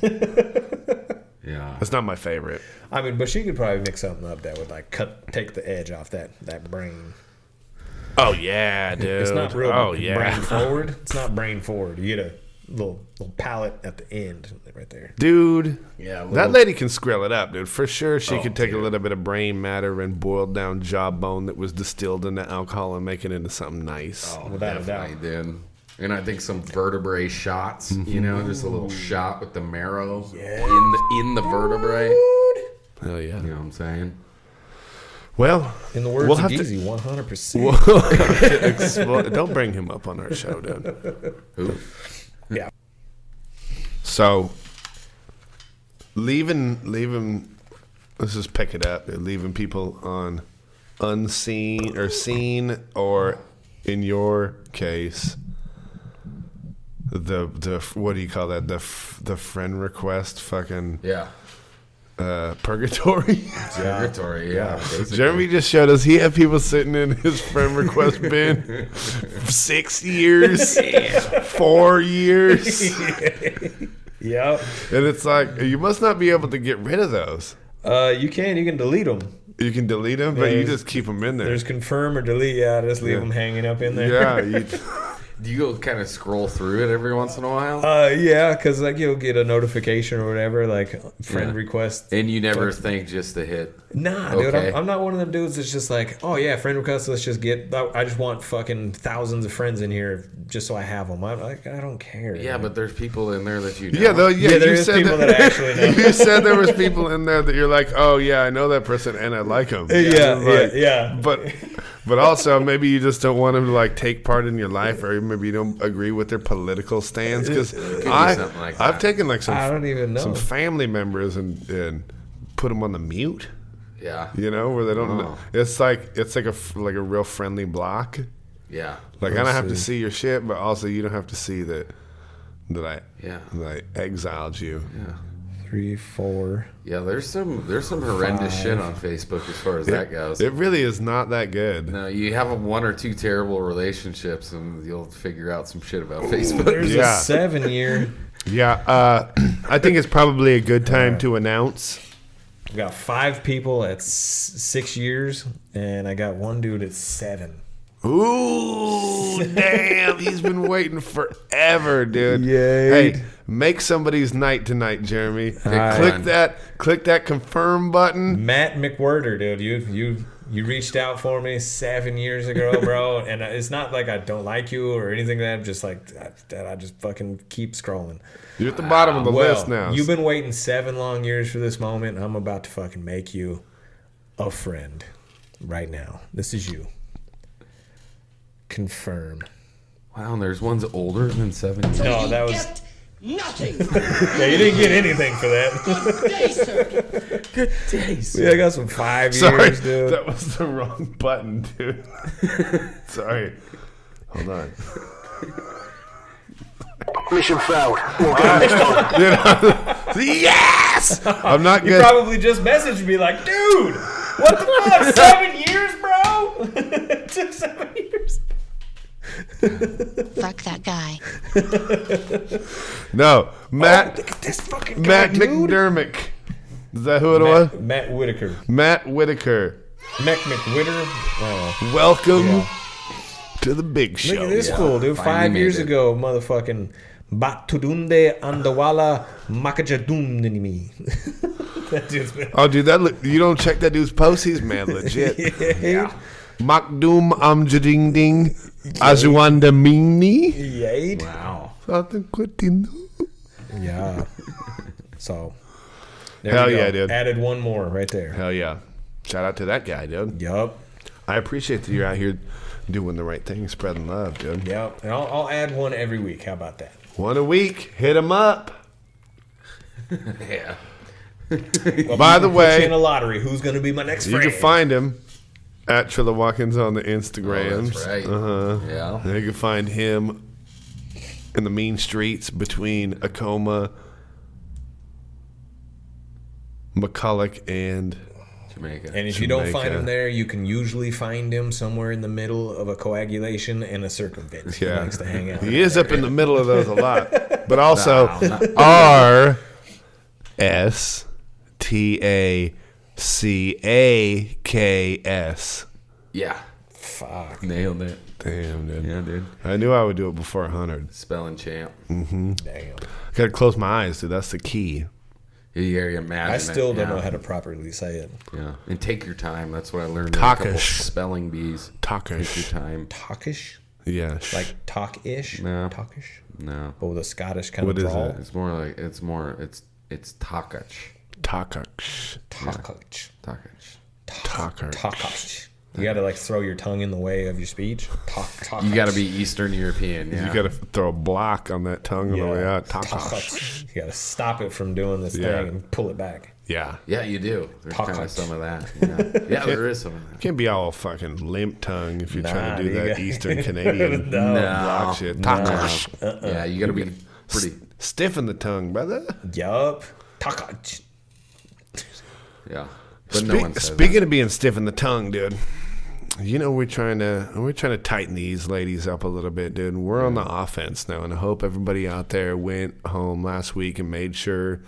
Yeah.
That's not my favorite.
I mean, but she could probably mix something up that would like cut, take the edge off that that brain.
Oh yeah, dude. oh,
It's not real brain forward. It's not brain forward. You get a little little palate at the end right there.
dude.
Yeah, a
that
little-
lady can skrill it up, dude. For sure,
Oh,
she could take a little bit of brain matter and boiled down jawbone that was distilled into alcohol and make it into something nice.
Oh,
Without a
definitely, dude. And I think some vertebrae shots, you know, just a little shot with the marrow in the in the vertebrae.
Hell yeah.
You know what I'm saying?
Well,
In the words
we'll
of
have
Deezy,
to
one hundred percent.
we'll have to explore- Don't bring him up on our show, dude.
Who?
Yeah.
So, leaving leaving. Let's just pick it up. dude. Leaving people on unseen or seen or in your case the the what do you call that the f- the friend request fucking
Yeah.
uh, purgatory
Territory, yeah. basically.
Jeremy just showed us he had people sitting in his friend request bin for six years, four years,
Yep.
and it's like you must not be able to get rid of those.
Uh, you can you can delete them.
You can delete them, but you
There's-
just keep them in there.
There's confirm or delete. Yeah, just leave them hanging up in there.
Yeah, you,
Do you go kind of scroll through it every once in a while?
Uh, yeah, because like you'll get a notification or whatever, like friend
Yeah.
request.
and you never think just to hit.
Nah, dude,
Okay.
I'm, I'm not one of them dudes that's just like, oh yeah, friend request. Let's just get. I I just want fucking thousands of friends in here just so I have them. I like I don't care.
Yeah, but there's people in there that you know.
yeah, though, yeah,
yeah, there
you
is
said
people
that.
that, actually know.
you said there was people in there that you're like, oh yeah, I know that person and I like him.
yeah, yeah,
Like,
yeah.
But, but also maybe you just don't want them to like take part in your life, or maybe you don't agree with their political stance. Because
be
I,
something like
I've
that.
taken like
I
some
don't even know.
some family members and and put them on the mute.
Yeah.
You know where they don't. know. It's like it's like a f- like a real friendly block.
Yeah.
Like I don't have to see your shit, but also you don't have to see that that I
Yeah.
that I exiled you.
Three, four.
Yeah, there's some there's some horrendous shit on Facebook as far as that goes.
It really is not that good.
no, you have a one or two terrible relationships, and you'll figure out some shit about Facebook.
There's
Yeah.
a seven year.
Yeah, uh, I think it's probably a good time to announce.
I got five people at s- six years, and I got one dude at seven.
Ooh, damn! He's been waiting forever, dude.
Yay.
Hey, make somebody's night tonight, Jeremy.
right.
Click that, click that confirm button.
Matt McWhirter, dude, you you you reached out for me seven years ago, bro, and it's not like I don't like you or anything. That I'm just like that- that. I just fucking keep scrolling.
You're at the bottom of the
Well,
list now.
you've been waiting seven long years for this moment. I'm about to fucking make you a friend right now. This is you. Confirm.
Wow, and there's ones older than seven.
No, Oh, that was.
Get nothing.
Yeah, you didn't get anything for that.
Good day, sir.
yeah, I got some five
Sorry,
years, dude.
that was the wrong button, dude. Sorry. Hold on.
Mission failed. We'll get next time.
yes, I'm not
You
good.
probably just messaged me like, dude, what the fuck? seven years, bro? it took seven years.
Fuck that guy.
no,
Oh,
Matt,
Look at this fucking guy,
Matt
dude.
McDermott. Is that who it was?
Matt, Matt Whitaker.
Matt Whitaker.
Mac McWhitter. Oh,
Welcome to the big
look
show.
at this fool, dude. Five
finally
years
made it.
ago, motherfucking Batudunde Andawala Makajadundanimi. that dude's been.
Oh, dude, that look, you don't check that dude's post. He's mad legit.
Yeah.
Makdum Amjading Ding Azuanda Mini.
Yeah.
Wow.
Something quitting.
Yeah. So. There
Hell
we go.
yeah, dude.
Added one more right there.
Hell yeah. Shout out to that guy, dude.
Yup.
I appreciate that you're out here doing the right thing, spreading love, dude.
Yep. And I'll, I'll add one every week. How about that?
One a week. Hit him up.
Yeah.
By the
Put you in a
way,
lottery. Who's going to be my next
you
friend?
can find him at Trilla Watkins on the
Oh,
Instagrams.
that's right.
Uh-huh.
Yeah.
They can find him in the mean streets between Acoma, McCulloch, and
Jamaica.
and if you don't find
Jamaica.
him there, you can usually find him somewhere in the middle of a coagulation and a circumvent. He
Yeah.
likes to hang out.
he is up in the middle of those a lot, but also R S T A C A K S.
yeah.
Fuck.
Nailed it.
Damn, dude.
Yeah, dude.
I knew I would do it before 100.
Spelling champ.
Damn.
Gotta close my eyes, dude. That's the key.
You gotta imagine.
I
it,
still don't
yeah.
know how to properly say it.
Yeah. And take your time. That's what I learned. in A couple
Takish.
spelling bees. Take your
Talkish.
time.
Talkish?
Yeah.
Like talk-ish?
No.
Talkish?
No.
But with a Scottish kind
What
of
is
drawl.
it?
It's more like it's more it's it's takach.
Talkish.
Talkish.
Takach.
Talker.
Talkish. You got to like throw your tongue in the way of your speech. Talk, talk.
You gotta be Eastern European. Yeah.
You gotta throw a block on that tongue on the way out. Tacos.
Talkish. You got to stop it from doing this
Yeah.
thing and pull it back.
Yeah.
yeah, you do. There's kind
Takach.
of some of that. Yeah, yeah there is some of that.
Can't be all fucking limp tongue if you're
Nah,
trying to do
you
that
got-
Eastern Canadian
No.
block Oh, shit. Uh-uh. Tacos.
Uh-uh. Yeah, you gotta be pretty.
Stiffen the tongue, brother.
Yup. Talkish.
Yeah, but
Spe-
no one says
speaking of being stiff in the tongue, dude. You know we're trying to we're trying to tighten these ladies up a little bit, dude. And We're on the offense now, and I hope everybody out there went home last week and made sure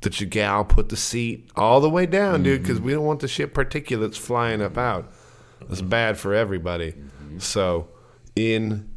that your gal put the seat all the way down, dude, 'cause dude, because
Mm-hmm.
we don't want the shit particulates flying up out. That's
Mm-hmm.
bad for everybody. So, in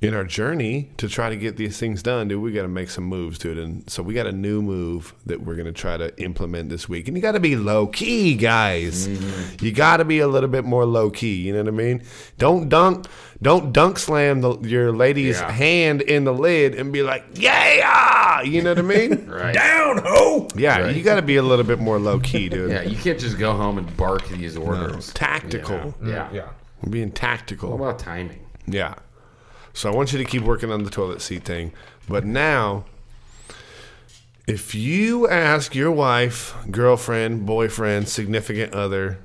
in our journey to try to get these things done, dude, we got to make some moves, dude. And so we got a new move that we're going to try to implement this week. And you got to be low key, guys.
Mm-hmm.
You got to be a little bit more low key. You know what I mean? Don't dunk, don't dunk slam the, your lady's
Yeah.
hand in the lid and be like, yeah. You know what I mean?
that. right.
Down, ho!
yeah,
Right.
you got to be a little bit more low key, dude.
Yeah, you can't just go home and bark these orders.
Tactical.
Yeah. yeah.
We're being tactical.
What about timing?
Yeah. So I want you to keep working on the toilet seat thing. But now, if you ask your wife, girlfriend, boyfriend, significant other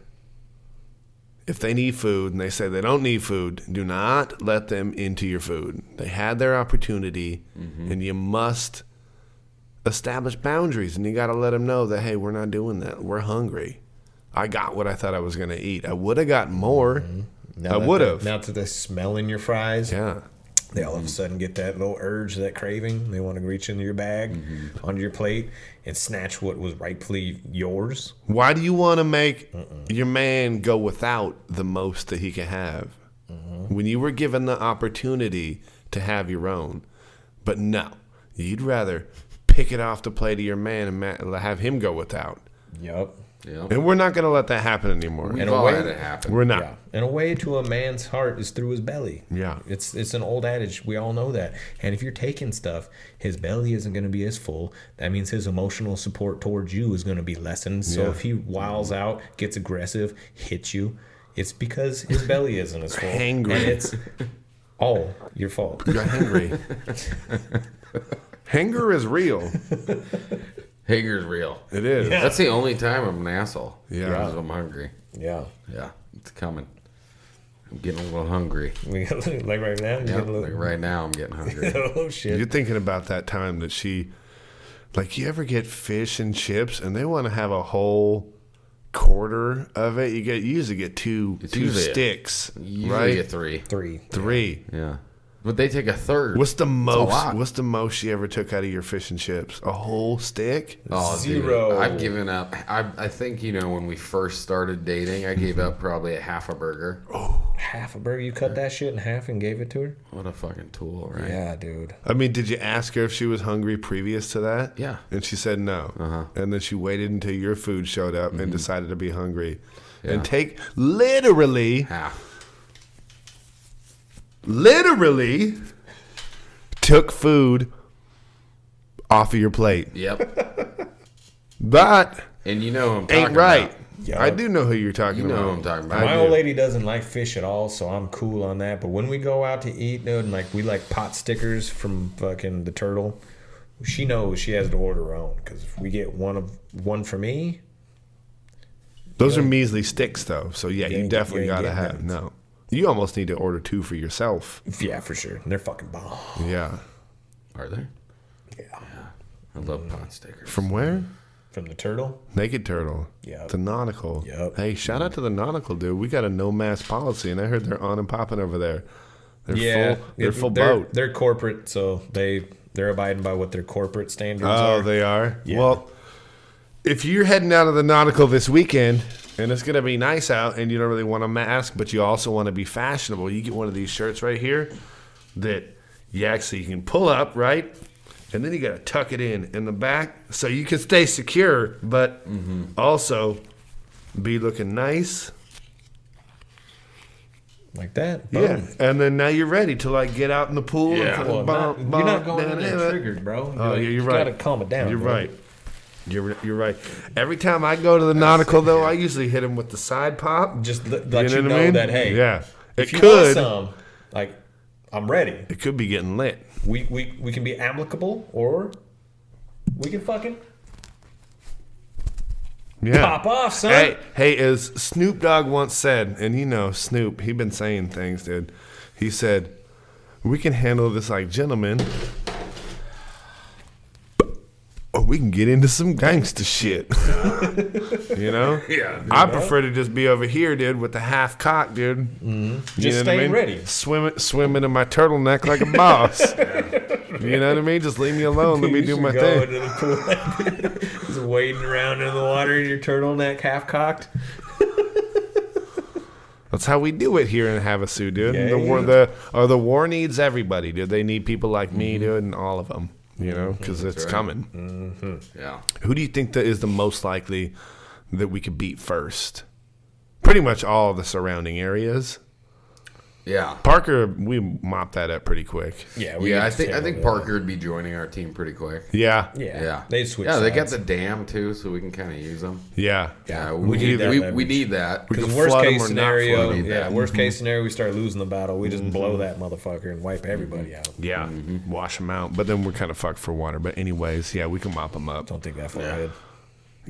if they need food and they say they don't need food, do not let them into your food. They had their opportunity,
Mm-hmm.
and you must establish boundaries. And you got to let them know that hey, we're not doing that. We're hungry. I got what I thought I was going to eat. I would have got more. I
Mm-hmm. Now that
would
they-
have.
Now that they smell in your fries,
Yeah.
they
Mm-hmm.
all of a sudden get that little urge, that craving. They want to reach into your bag,
Mm-hmm.
onto your plate, and snatch what was rightfully yours.
Why do you want to make your man go without the most that he can have when you were given the opportunity to have your own? But no, you'd rather pick it off the plate of your man and ma- have him go without.
Yep.
Yeah.
And we're not going to let that happen anymore.
We've
a
all
way-
had it happen.
We're not.
Yeah. And Uh, a way to a man's heart is through his belly.
Yeah.
It's it's an old adage. We all know that. And if you're taking stuff, his belly isn't going to be as full. That means his emotional support towards you is going to be lessened. So
Yeah.
if he wiles out, gets aggressive, hits you, it's because his belly isn't as full.
Hangry.
And it's all your fault.
You're hungry. Hunger is real.
Hager's real.
It is.
That's the only time I'm an asshole.
Yeah.
Because I'm hungry.
Yeah.
Yeah. It's coming. I'm getting a little hungry.
We got- like right now, you
Yeah.
got a
Like
little-
right now, I'm getting hungry.
oh shit.
You're thinking about that time that she, like, you ever get fish and chips and they want to have a whole quarter of it? You get you usually get two
It's
two
usually a-
sticks,
Usually
right?
a three.
Three.
Three.
Yeah. But they take a third.
What's the most?
lot.
What's the most you ever took out of your fish and chips? A whole stick?
Oh, dude,
Zero.
I've given up. I, I think, you know, when we first started dating, I gave up probably a half a burger.
Half a burger. You cut that shit in half and gave it to her?
What a fucking tool, right?
Yeah, dude.
I mean, did you ask her if she was hungry previous to that?
Yeah.
And she said no. Uh-huh. And then she waited until your food showed up
Mm-hmm.
and decided to be hungry. And take literally
Half.
literally took food off of your plate.
Yep.
That
and you know who I'm talking
ain't right.
about.
I do know who you're talking
You know
about.
who I'm talking about.
My
I
old
do.
lady doesn't like fish at all, so I'm cool on that. But when we go out to eat, dude, and like we like pot stickers from fucking the turtle, she knows she has to order her own because if we get one of one for me,
Those are measly sticks, though. So yeah, you,
ain't-
definitely
you ain't
gotta
getting
have no. You almost need to order two for yourself.
yeah, for sure, and they're fucking bomb.
Yeah.
Are there?
Yeah,
I love pot stickers.
From where?
from the turtle.
Naked Turtle.
Yep.
The Nautical.
Yep.
Hey, shout out to the Nautical, dude. We got a no mask policy, and I heard they're on and popping over there. They're full. They're
it-
full
they're,
boat.
They're corporate, so they they're abiding by what their corporate standards
Oh,
are.
they are. Well, if you're heading out of the nautical this weekend and it's gonna be nice out, and you don't really want a mask, but you also want to be fashionable, you get one of these shirts right here that you actually can pull up, right? And then you gotta tuck it in in the back so you can stay secure, but also be looking nice.
like that.
Yeah,
boom.
and then now you're ready to like get out in the pool.
Yeah.
and
Well, not-
fucking bump,
you're not
bump,
going in
da, da,
there
da.
triggered, bro. You're
Oh,
like,
yeah,
you
you're right.
gotta calm it down,
You're
bro.
right. You're you're right. Every time I go to the nautical, though, I usually hit him with the side pop.
Just let, let you know,
what I mean?
that hey,
yeah, it
if you want
could
some, like I'm ready.
it could be getting lit.
We, we we can be amicable or we can fucking
Yeah.
pop off, son.
Hey, hey, as Snoop Dogg once said, and you know Snoop, he been saying things, dude. He said, "We can handle this like gentlemen, or we can get into some gangster shit." you know?
Yeah.
I prefer to just be over here, dude, with the half cock, dude. Mm-hmm.
Just stay ready.
Swimming, swimming in my turtleneck like a boss. You know what I mean? Just leave me alone. Let me
You
do
should
my
go
thing.
into the pool. Just wading around in the water in your turtleneck half cocked.
That's how we do it here in Havasu, dude.
Yeah,
the war,
yeah.
the or the war needs everybody, dude. They need people like me,
Mm-hmm.
dude, and all of them, you know, because it's coming.
Yeah.
Who do you think that is the most likely that we could beat first? Pretty much all the surrounding areas.
Yeah.
Parker, we mopped that up pretty quick.
Yeah,
Yeah, I think I think Parker would be joining our team pretty quick.
Yeah,
Yeah,
Yeah,
they switch.
Yeah, they got
sides.
the dam too, so we can kind of use them.
yeah,
Yeah,
Yeah,
we,
we need
need
that
we, we
leverage.
need that.
We
Because
can
worst
flood 'em
case
or not
scenario,
flood 'em.
yeah, worst
Mm-hmm.
case scenario, we start losing the battle. We just blow that motherfucker and wipe everybody
Mm-hmm.
out.
yeah.
Mm-hmm.
Wash them out, but then we're kind of fucked for water. But anyways, yeah, we can mop them up.
Don't think that far ahead.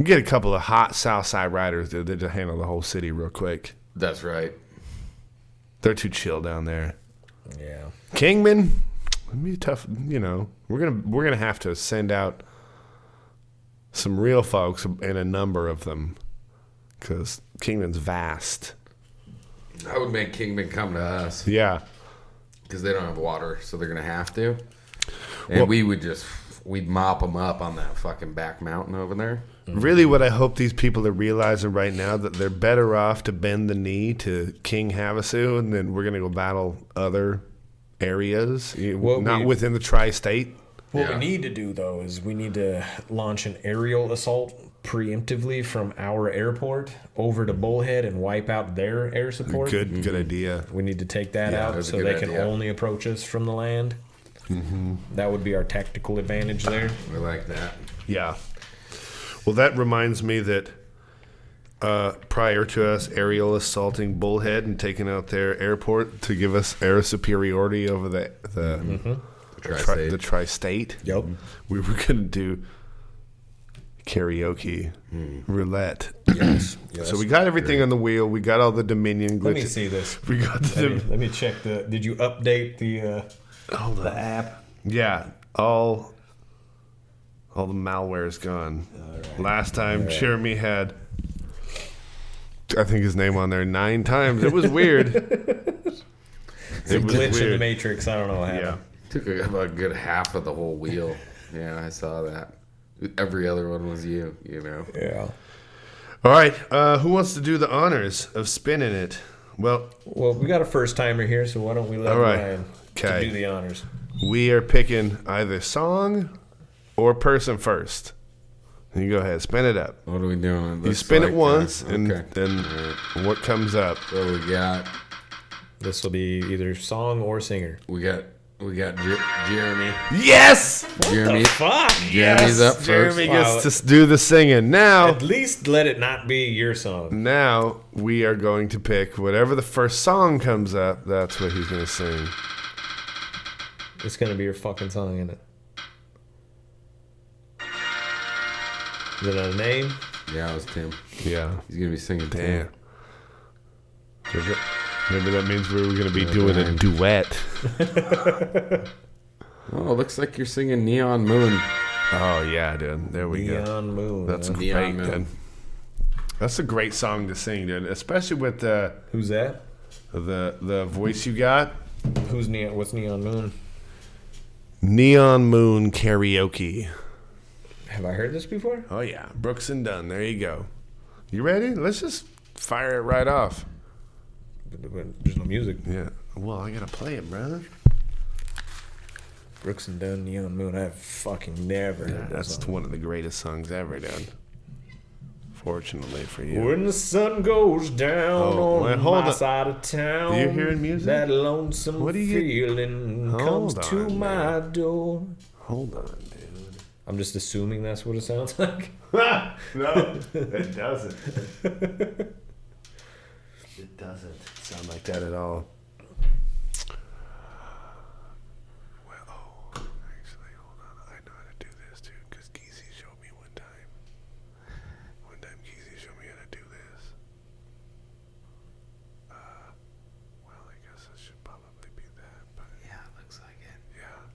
Get a couple of hot Southside riders, dude. They just handle the whole city real quick.
That's right.
They're too chill down there.
Yeah.
Kingman, it'd be tough. You know, we're gonna we're gonna have to send out some real folks and a number of them because Kingman's vast.
I would make Kingman come to us
Yeah,
because they don't have water, so they're gonna have to. And
Well-
we would just we'd mop them up on that fucking back mountain over there.
Mm-hmm.
really, what I hope these people are realizing right now that they're better off to bend the knee to King Havasu, and then we're gonna go battle other areas, you-
What
not
we-
within the tri-state.
What
Yeah.
we need to do though is we need to launch an aerial assault preemptively from our airport over to Bullhead and wipe out their air support.
Good, good idea.
We need to take that out
that's a
so
good
they can
idea.
only approach us from the land. That would be our tactical advantage there.
We like that.
Yeah. Well, that reminds me that uh, prior to us aerial assaulting Bullhead and taking out their airport to give us air superiority over the the
Mm-hmm.
tri-
Tri-state.
the tri-state,
Yep.
we were gonna do karaoke roulette.
Hmm. Yes. yes.
So we got everything on the wheel. We got all the Dominion glitches.
Let me see this.
We got
Let me,
the
let me check the. Did you update the uh, the app?
yeah all all the malware is gone. Last time Jeremy had I think his name on there nine times. It was weird.
It's a glitch in the
weird.
matrix. I don't know what
yeah.
happened.
Took a, about a good half of the whole wheel. Yeah, I saw that. Every other one was you, you know.
Yeah. yeah.
All right. Uh, who wants to do the honors of spinning it? Well,
Well, we got a first timer here, so why don't we let
All right.
Ryan to
Okay.
do the honors?
we are picking either song or person first. You go ahead, spin it up.
What are we doing?
You
Looks
spin
like,
it
uh,
once, and
okay.
then what comes up?
what we got?
This will be either song or singer.
We got we got Jer- Jeremy.
Yes,
Jeremy.
Fuck!
Jeremy's up first.
Jeremy
Wow.
gets to do the singing now.
At least let it not be your song.
Now we are going to pick whatever the first song comes up. That's what he's going to sing.
It's gonna be your fucking song, isn't it? Is it a name?
Yeah, it was Tim.
Yeah.
He's gonna be singing. Tim.
Damn. Is it- Maybe that means we're going to be doing a duet.
Oh, looks like you're singing Neon Moon.
Oh yeah, dude. There we go.
Neon Moon.
That's
huh?
great,
Neon Moon.
dude. That's a great song to sing, dude. Especially with the
Who's that?
the the voice you got.
Who's Neon? What's Neon Moon?
Neon Moon Karaoke.
Have I heard this before?
Oh yeah, Brooks and Dunn. There you go. You ready? Let's just fire it right off.
There's no music.
Yeah. Well, I gotta play it, brother.
Brooks and Dunn, Neon Moon. I've fucking never heard that
That's
song.
one of the greatest songs ever, dude. Fortunately for you.
When the sun goes down
Oh,
on
wait, hold
my
on.
side of town,
You hearing music?
That lonesome
What do you get-
feeling comes
Hold
to
on,
my door.
Hold on, dude.
I'm just assuming that's what it sounds like.
no, it doesn't. it doesn't sound like that at all. Well, oh, actually, hold on. I know how to do this, dude, because Geezy showed me one time. One time, Geezy showed me how to do this. Uh, well, I guess it should probably be that, but
Yeah, it looks like it.
yeah.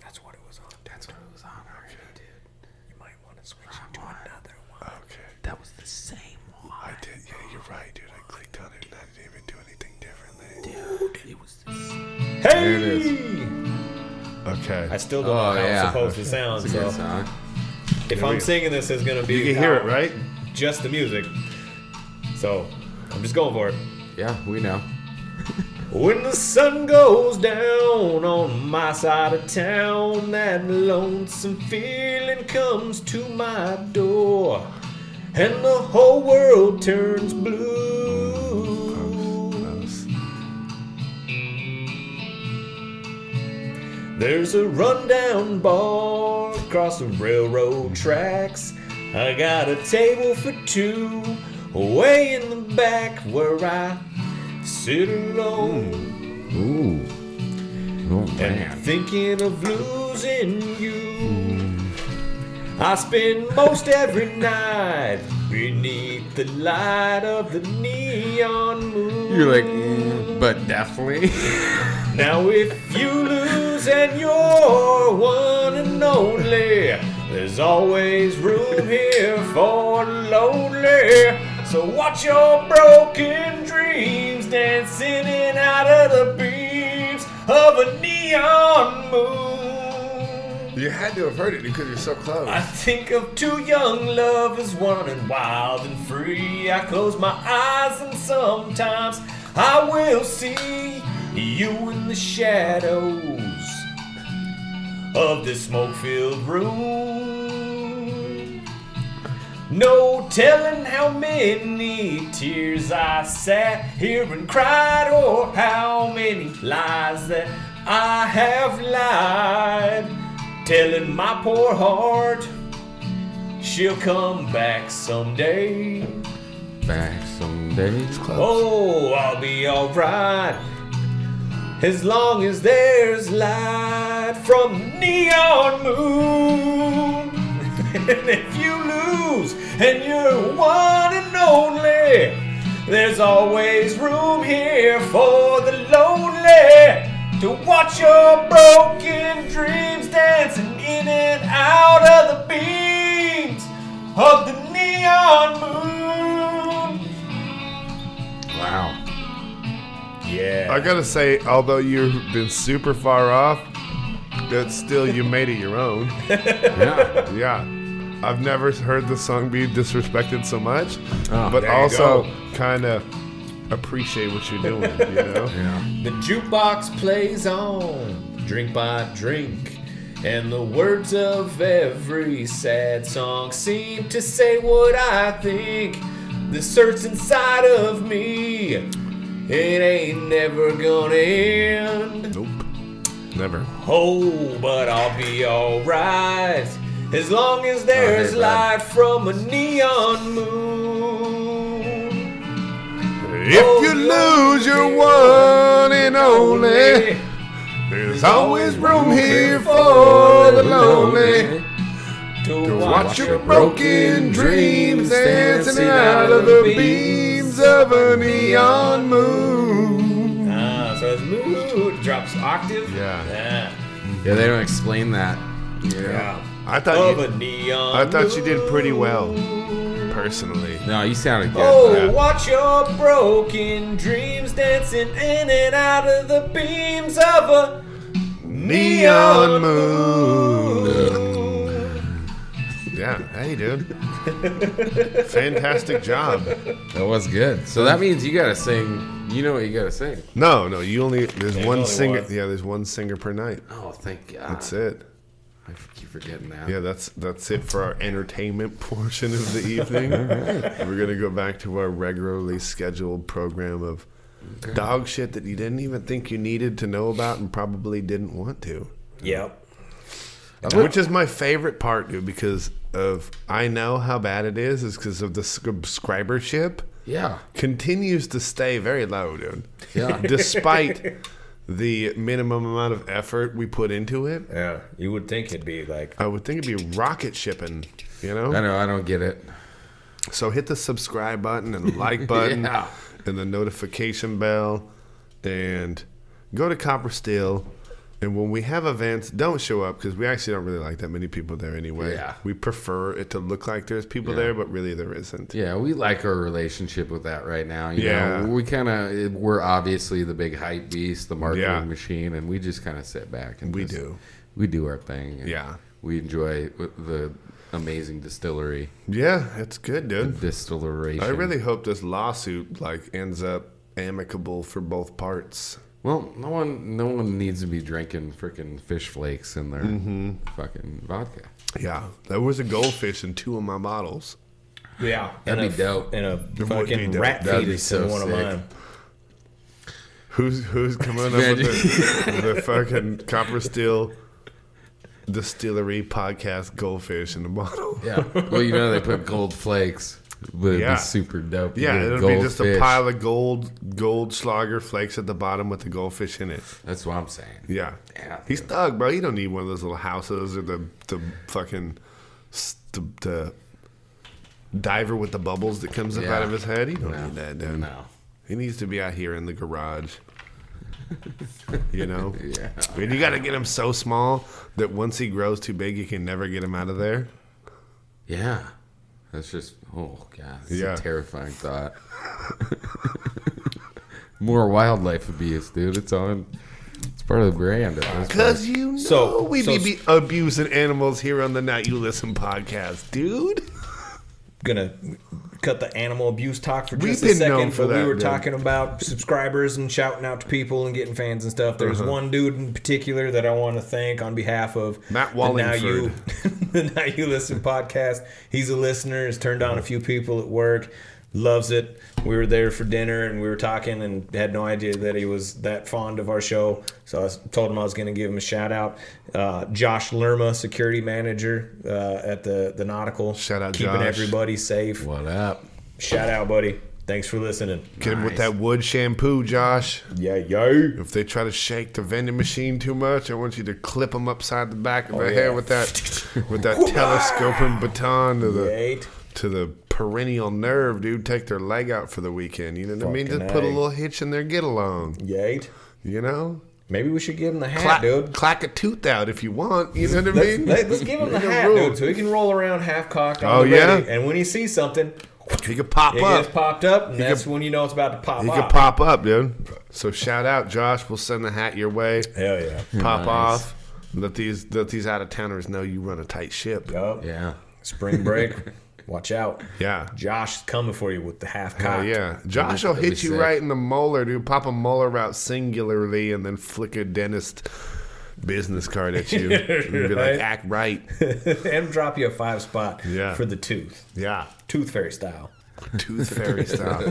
that's what it was on.
That's what it was on already, dude.
You might want to switch it to another one.
Okay.
That was the same one.
I did. Yeah, you're right, dude. I clicked on it and I didn't even do anything differently.
It was the same.
Hey!
it
Okay.
I still don't
Oh
know how
yeah.
it's supposed to sound.
That's
So
a good song.
if I'm singing this, it's gonna be
You can hear it, right?
Just the music. So I'm just going for it.
Yeah, we know.
When the sun goes down on my side of town, that lonesome feeling comes to my door, and the whole world turns blue. There's a rundown bar across the railroad tracks. I got a table for two way in the back where I sit alone.
Ooh. Oh
And thinking of losing you. I spend most every night beneath the light of the neon moon.
You're like, mm, but definitely.
Now if you lose and you're one and only, there's always room here for lonely. So watch your broken dreams dancing in out of the beams of a neon moon.
You had to have heard it because you're so close.
I think of two young lovers, one and wild and free. I close my eyes and sometimes I will see you in the shadows of this smoke filled room. No telling how many tears I sat here and cried, or how many lies that I have lied, telling my poor heart she'll come back someday.
Back someday.
Oh, I'll be alright as long as there's light from neon moon. and if you lose and you're one and only, there's always room here for the lonely to watch your broken dreams dancing in and out of the beams of the neon moon.
Wow.
Yeah.
I gotta say, although you've been super far off, that's still you made it your own.
Yeah.
Yeah. I've never heard the song be disrespected so much,
Oh,
but
there
you
also
go.
kind of appreciate what you're doing, you know?
Yeah.
The jukebox plays on, drink by drink, and the words of every sad song seem to say what I think. This hurts inside of me, it ain't never gonna end.
Nope. Never.
Oh, but I'll be alright as long as there's
that.
light from a neon moon.
If you lose, you're one and only. There's always room here for the lonely.
To
Watch your broken dreams dancing out of the beams of a neon moon.
Ah, so it's mood drops octave.
Yeah.
Yeah, they don't explain that. Yeah.
Yeah.
I
Of
thought
a
you,
neon.
I thought you did
moon.
pretty well, personally.
No, you sounded good.
Oh,
Yeah.
watch your broken dreams dancing in and out of the beams of a
Neon moon. Yeah, hey, dude. Fantastic job.
That was good. So that means you gotta sing. You know what you gotta sing.
No, no, you only there's one
only
singer.
one.
Yeah, there's one singer per night.
Oh, thank God.
That's it.
I keep forgetting that.
Yeah, that's that's it for our entertainment portion of the evening. We're gonna go back to our regularly scheduled program of dog shit that you didn't even think you needed to know about and probably didn't want to.
Yep.
Which is my favorite part, dude, because of I know how bad it is, is because of the subscribership
Yeah.
continues to stay very low, dude.
Yeah.
Despite the minimum amount of effort we put into it,
Yeah. You would think it'd be like
I would think it'd be rocket shipping, you know?
I know. I don't get it.
So hit the subscribe button and like button
Yeah.
and the notification bell and go to Copper Steel. And when we have events, don't show up because we actually don't really like that many people there anyway.
Yeah.
We prefer it to look like there's people there, but really there isn't.
Yeah, we like our relationship with that right now. You
Yeah.
know, we kind of we're obviously the big hype beast, the marketing
Yeah.
machine, and we just kind of sit back and
We
just-
do.
we do our thing. and
Yeah.
we enjoy w- the amazing distillery
Yeah, it's good, dude.
distilleration.
I really hope this lawsuit like ends up amicable for both parts.
well, no one no one needs to be drinking freaking fish flakes in their
Mm-hmm.
fucking vodka.
Yeah, there was a goldfish in two of my bottles.
yeah.
That'd
and
be
a,
dope.
And a
would be
fucking
dope.
rat
That'd be
fetus
so
in one
sick.
of mine.
Who's who's coming up with the, the fucking copper steel distillery podcast goldfish in the bottle?
Yeah. well, you know they put gold flakes. Would
Yeah.
be super dope. You
Yeah,
get a
it'll be just a
goldfish.
pile of gold gold Schlager flakes at the bottom with the goldfish in it.
That's what I'm saying.
Yeah,
Yeah,
he's thug, bro. You don't need one of those little houses or the the fucking s- the, the diver with the bubbles that comes up
Yeah.
out of his head. He don't
No.
need that, dude.
No.
He needs to be out here in the garage. You know?
Yeah.
And you got to get him so small that once he grows too big, you can never get him out of there.
Yeah. That's just oh god, it's
Yeah.
a terrifying thought. More wildlife abuse, dude. It's on. It's part of the brand. at this
Because you know
So-
we
so-
be, be abusing animals here on the Not You Listen podcast, dude.
gonna cut the animal abuse talk for
We've
just a
been known
second.
for
but
that,
we were
dude.
talking about subscribers and shouting out to people and getting fans and stuff. There's
Uh-huh.
one dude in particular that I want to thank on behalf of
Matt
the Now you, the now you listen podcast. He's a listener. Has turned
Uh-huh.
on a few people at work. Loves it. We were there for dinner and we were talking and had no idea that he was that fond of our show. So I s- told him I was going to give him a shout out. Uh, Josh Lerma, security manager uh, at the the Nautical.
Shout out,
keeping
Josh.
everybody safe.
What up?
Shout out, buddy. Thanks for listening.
Get him with that wood shampoo, Josh.
Yeah, yo.
If they try to shake the vending machine too much, I want you to clip them upside the back of the
Oh, yeah.
head with that with that telescoping baton to the
Eight.
to the perennial nerve, dude. Take their leg out for the weekend. You know what I mean? Just
Fucking
put a
A.
little hitch in their get along.
Yate.
You know,
Maybe we should give him the hat,
clack,
dude.
clack a tooth out if you want. You know what I
Let's,
mean?
let- let's give him the
Make a
hat,
rule.
dude, so he can roll around half cocked.
Oh,
Oh
yeah?
yeah. And when he sees something,
He could pop
it
up.
gets popped up, and that's when you know it's about to pop
He
up.
could pop up, dude. So shout out, Josh. We'll send the hat your way.
Hell yeah.
Pop
Nice.
off. Let these let these out of towners know you run a tight ship.
Yup.
Yeah.
Oh, Spring break. Watch out.
Yeah.
Josh is coming for you with the half
Hell
cocked.
yeah. Josh will
That'd be
hit you
sick.
right in the molar, dude. Pop a molar out singularly and then flick a dentist business card at you. and be like,
Right.
act right.
and drop you a five spot
Yeah.
for the tooth.
Yeah.
Tooth fairy style.
Tooth fairy style.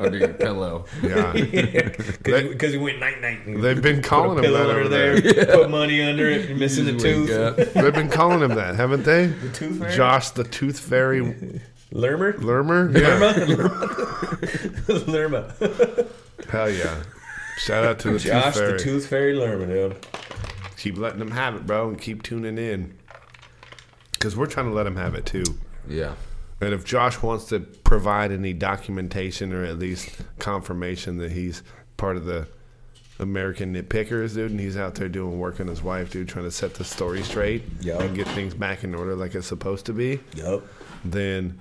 Under your pillow.
Yeah.
Because he went night night and
They've been calling him
pillow
that
under
over
there,
there.
put money under it, you're missing the
Wake
tooth.
up.
They've been calling him that, haven't they? The
tooth fairy?
Josh the tooth fairy
Lermer?
Lermer? Yeah.
Lerma.
Hell yeah. Shout out to the
Josh
tooth fairy.
the Tooth Fairy Lerma, dude.
keep letting them have it, bro, and keep tuning in. Because we're trying to let them have it too.
Yeah.
And if Josh wants to provide any documentation or at least confirmation that he's part of the American nitpickers, dude, and he's out there doing work on his wife, dude, trying to set the story straight
Yeah.
and get things back in order like it's supposed to be,
Yup.
then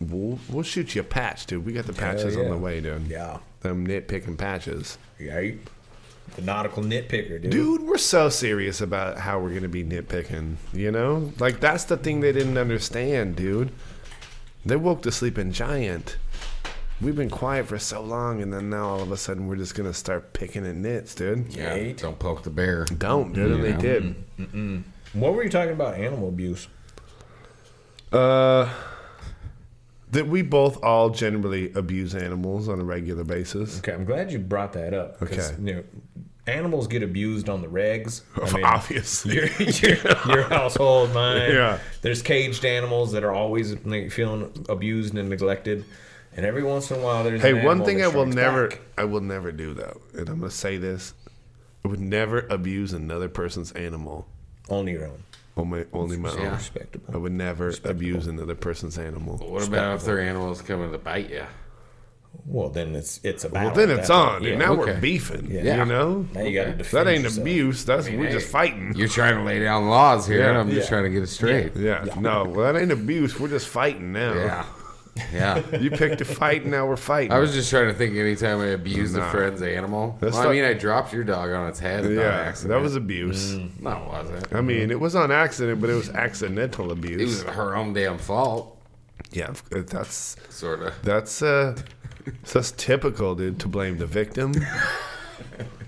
we'll, we'll shoot you a patch, dude. We got the patches on
yeah.
the way, dude.
Yeah.
Them nitpicking patches.
Right? The nautical nitpicker, dude.
Dude, we're so serious about how we're gonna be nitpicking. You know, like that's the thing they didn't understand, dude. They woke the sleeping giant. We've been quiet for so long, and then now all of a sudden we're just gonna start picking at nits, dude.
Yeah.
Right.
Don't poke the bear.
Don't, dude, and
Yeah.
they did.
What were you talking about? Animal abuse.
Uh, that we both all generally abuse animals on a regular basis.
Okay, I'm glad you brought that up. 'cause,
Okay.
You know, animals get abused on the regs. I mean,
Obviously,
your, your, your household, mine.
Yeah.
There's caged animals that are always like, feeling abused and neglected. And every once in a while, there's
Hey,
an
one
animal
thing
that
I will
strikes
never,
back.
I will never do though, and I'm gonna say this: I would never abuse another person's animal.
only your own.
Only, only my own. I
Respectable.
would never abuse another person's animal.
What about if their animals coming to bite you?
Well, then it's it's a
Well,
battle
then
at
it's
that point.
on.
Yeah.
dude. now we're
okay.
beefing.
Yeah.
You know,
Now you got to defend
that ain't
yourself.
abuse. That's we're just
hey.
fighting.
You're trying to lay down laws here, and
Yeah.
I'm just
Yeah.
trying to get it straight.
Yeah. No, well, that ain't abuse. We're just fighting now.
Yeah. Yeah.
You picked a fight, and now we're fighting.
I was just trying to think anytime I abused
Nah.
a friend's animal.
That's
well, I
not-
mean, I dropped your dog on its head. Yeah.
yeah.
accident. Mm-hmm.
That was abuse.
No, it wasn't.
I mean, it was on accident, but it was accidental
It
abuse.
was her own damn fault,
yeah. That's
sort of.
That's uh that's typical, dude, to blame the victim.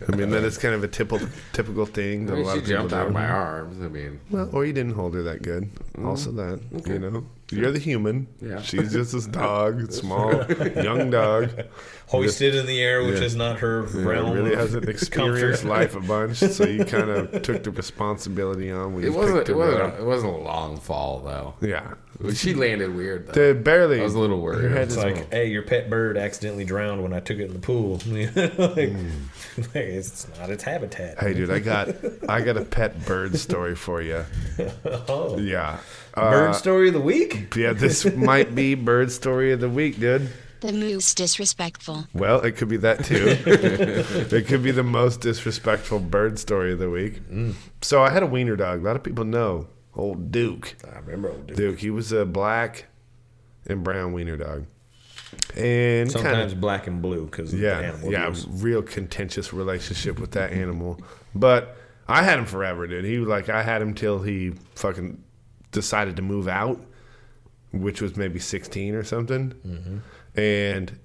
I mean, that is kind of a typical typical thing that
I
a
mean,
lot
she
of people
jumped
do.
out of my arms. I mean,
Well, or you didn't hold her that good. Also, that you know, you're the human.
Yeah.
She's just this dog, small, young dog.
hoisted in the air, which is not her realm.
really
of
hasn't experienced
comfort.
life a bunch, so you kind of took the responsibility on when
it
you
wasn't.
picked
It
her
wasn't.
up.
A, it wasn't a long fall though.
Yeah,
She landed weird though.
Dude, barely.
I was a little worried.
Her head
It's
is
like, hey, your pet bird accidentally drowned when I took it in the pool. like,
Hmm.
like, it's not its habitat.
Hey, dude, I got I got a pet bird story for you.
Oh,
Yeah. Uh,
Bird story of the week?
Yeah, this might be bird story of the week, dude.
The moose disrespectful.
Well, it could be that too. it could be the most disrespectful bird story of the week.
Mm.
So I had a wiener dog. A lot of people know old Duke.
I remember old dude.
Duke, he was a black and brown wiener dog, and
Sometimes
kinda,
black and blue because
yeah,
the animal
yeah,
abuse.
real contentious relationship with that animal. But I had him forever, dude. He was like I had him till he fucking decided to move out, which was maybe sixteen or something,
Mm-hmm.
and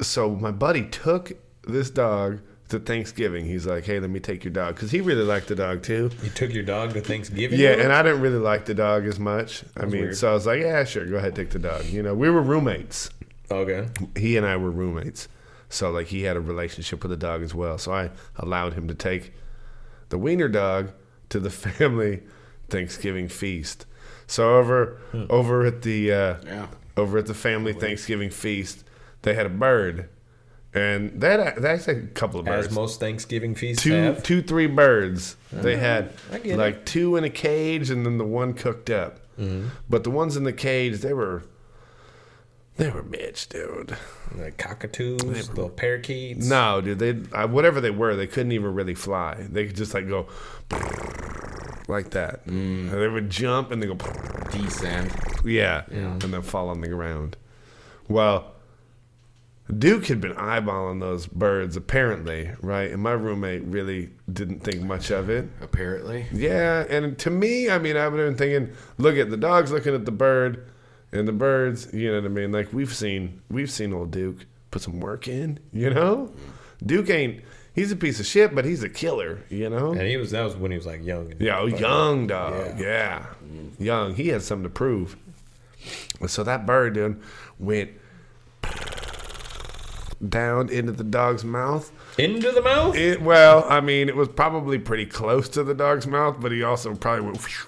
so my buddy took this dog to Thanksgiving. He's like, "Hey, let me take your dog," because he really liked the dog too.
You took your dog to Thanksgiving?
Yeah, and I didn't really like the dog as much. I mean,
weird.
so I was like, "Yeah, sure, go ahead, take the dog." You know, we were roommates
Okay.
he and I were roommates. So like he had a relationship with the dog as well. So I allowed him to take the wiener dog to the family Thanksgiving feast. So over
Hmm.
over at the uh,
Yeah.
over at the family Thanksgiving feast, they had a bird, and that that's a couple of birds
As most Thanksgiving feasts
two,
have. Uh-huh.
two, three birds. They had
I get
like two in a cage, and then the one cooked up.
Mm-hmm.
But the ones in the cage, they were, they were bitch, dude.
The cockatoos, the parakeets.
No, dude, they I, whatever they were, they couldn't even really fly. They could just like go like that. And they would jump and they go.
Descend.
Yeah. And then fall on the ground. Well, Duke had been eyeballing those birds apparently, right? And my roommate really didn't think much of it.
Apparently.
Yeah, and to me, I mean, I've been thinking, look at the dog's looking at the bird, and the birds, you know what I mean? Like we've seen, we've seen old Duke put some work in, you know. Duke ain't, he's a piece of shit, but he's a killer, you know.
And he was that was when he was like young. and-
Yeah, oh, young dog.
Yeah.
Yeah. Young. He has something to prove. So that bird dude went down into the dog's mouth.
Into the mouth?
It well, I mean, it was probably pretty close to the dog's mouth, but he also probably went whew,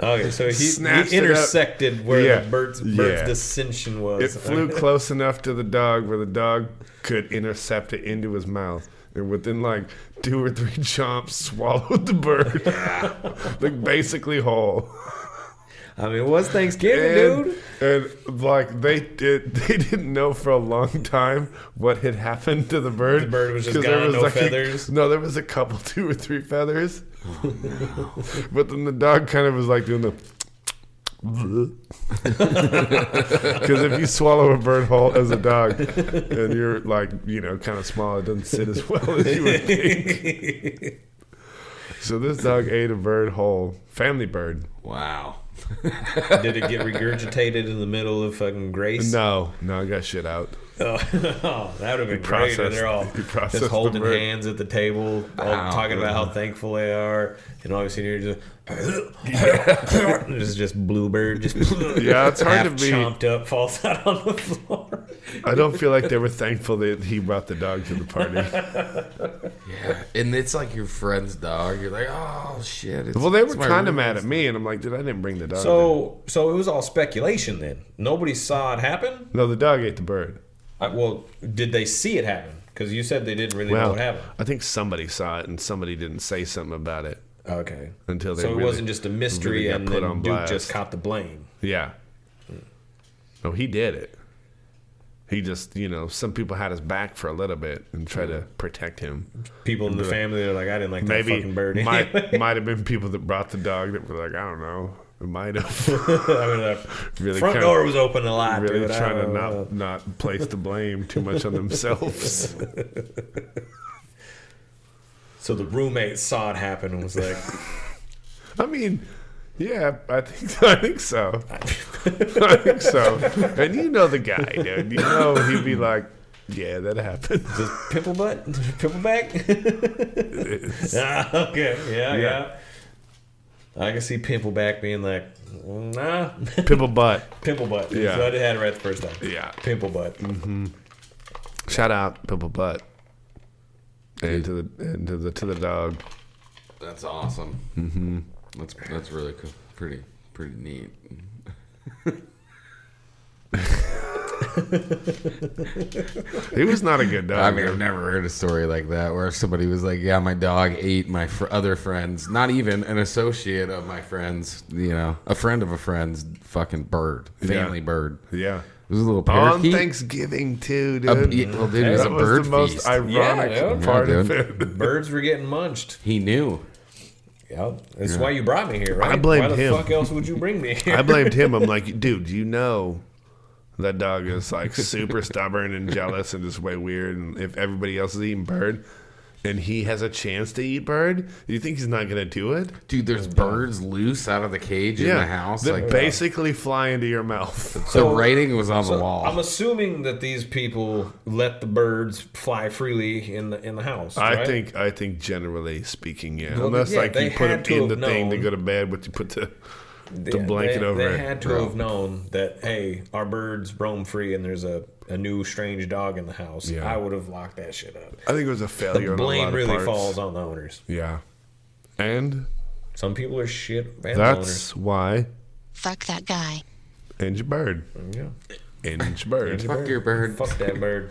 Okay, so he,
Snatched
he
it up.
intersected where
Yeah.
the bird's, bird's
Yeah.
dissension
it
was.
flew close enough to the dog where the dog could intercept it into his mouth. And within like two or three chomps, swallowed the bird. like basically whole.
I mean, it was Thanksgiving,
and,
dude.
and, like they did, they didn't know for a long time what had happened to the bird. The
bird was just gone, no feathers.
no, there was a couple, two or three feathers. but then the dog kind of was like doing the. Because if you swallow a bird whole as a dog, and you're like you know kind of small, it doesn't sit as well as you would think. so this dog ate a bird whole, family bird.
Wow.
Did it get regurgitated in the middle of fucking grace?
No, no, I got shit out.
Oh, that would have been great.
processed-
They're all
he processed
just
the
holding
bird.
hands at the table, all talking about how thankful they are, and all you see here just it's just bluebird, just
Yeah, it's hard
half
to be.
chomped up, falls out on the floor.
I don't feel like they were thankful that he brought the dog to the party.
Yeah. And it's like your friend's dog. You're like, oh shit. It's,
Well, they were
it's my
kind of
roommate's
mad at me, and I'm like, dude, I didn't bring the dog. there."
So, so it was all speculation then. Nobody saw it happen.
no, the dog ate the bird.
I, well, did they see it happen? Because you said they didn't really know
Well,
what happened.
I think somebody saw it, and somebody didn't say something about it
Okay.
until they.
So it
really-
wasn't just a mystery,
really got
and
put
then
on
Duke
blast.
just caught the blame.
Yeah. No, he did it. He just, you know, some people had his back for a little bit and tried to protect him.
People in the family are like, I didn't like that
Maybe
Mm. fucking bird.
might
anyway.
might have been people that brought the dog that were like, I don't know, it might have
I mean, the
really
front
kinda-
door was open a lot,
really
dude. I
trying to
don't know.
not not place the blame too much on themselves.
So the roommate saw it happen and was like,
I mean, yeah, I think I think so. I think so. And you know the guy, dude. You know he'd be like, "Yeah, that happened."
"Pimple butt, pimple back." ah, okay, yeah, yeah, I can see pimple back being like, "Nah,
Pimple butt.
pimple butt."
Yeah.
so I had it right the first time.
Yeah.
pimple butt.
Shout out Pimple butt. And to the and to the to the dog.
That's awesome.
Mm-hmm.
That's that's really cool. Pretty pretty neat.
He was not a good dog.
I mean, I've never heard a story like that where somebody was like, "Yeah, my dog ate my fr- other friend's, not even an associate of my friend's, you know, a friend of a friend's fucking bird, family bird." It
yeah.
was a little
On
parakeet.
Thanksgiving too, dude.
A- yeah, well, dude, it was
that
a
was
bird
the most
feast.
ironic
Yeah, dude.
part
Yeah,
of
dude.
it.
Birds were getting munched.
he knew.
Yep. That's why you brought me here, right?
I blamed
why the
him.
fuck else would you bring me here?
I blamed him. I'm like, dude, you know that dog is like super stubborn and jealous and just way weird. And if everybody else is eating bird and he has a chance to eat bird, you think he's not going to do it?
Dude, there's birds loose out of the cage in the house.
They
Like
basically fly into your mouth.
the writing was on the wall.
I'm assuming that these people let the birds fly freely in the in the house.
I
right?
think I think generally speaking, yeah.
Well,
Unless
yeah,
like
they
you put
had
it
to
in the
have
thing to
known.
go to bed, but you put the the
Yeah,
blanket
they,
over
They
it.
had to have known that hey, our birds roam free, and there's a, a new strange dog in the house. I would have locked that shit up.
I think it was a
The
failure.
blame
on a lot
really
of parts.
falls on the owners.
Yeah, and
Some people are shit animal
that's why
Fuck that guy.
Angie Bird,
owners. Yeah.
Angie Bird,
Fuck your bird.
Fuck that bird.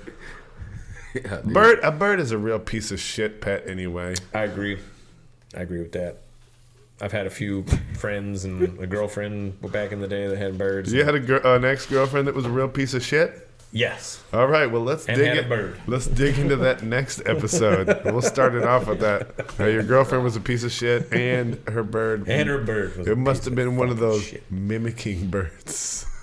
Yeah, dude.
bird. A bird is a real piece of shit pet anyway.
I agree. I agree with that. I've had a few friends and a girlfriend back in the day that had birds.
You had a gir- an ex girlfriend that was a real piece of shit.
Yes.
All right, well let's
And
dig
had a
it-
bird.
Let's dig into that next episode. we'll start it off with that. How your girlfriend was a piece of shit, and her bird
And her bird was a
It must
piece
have
of
been one of
fucking
those
shit.
mimicking birds.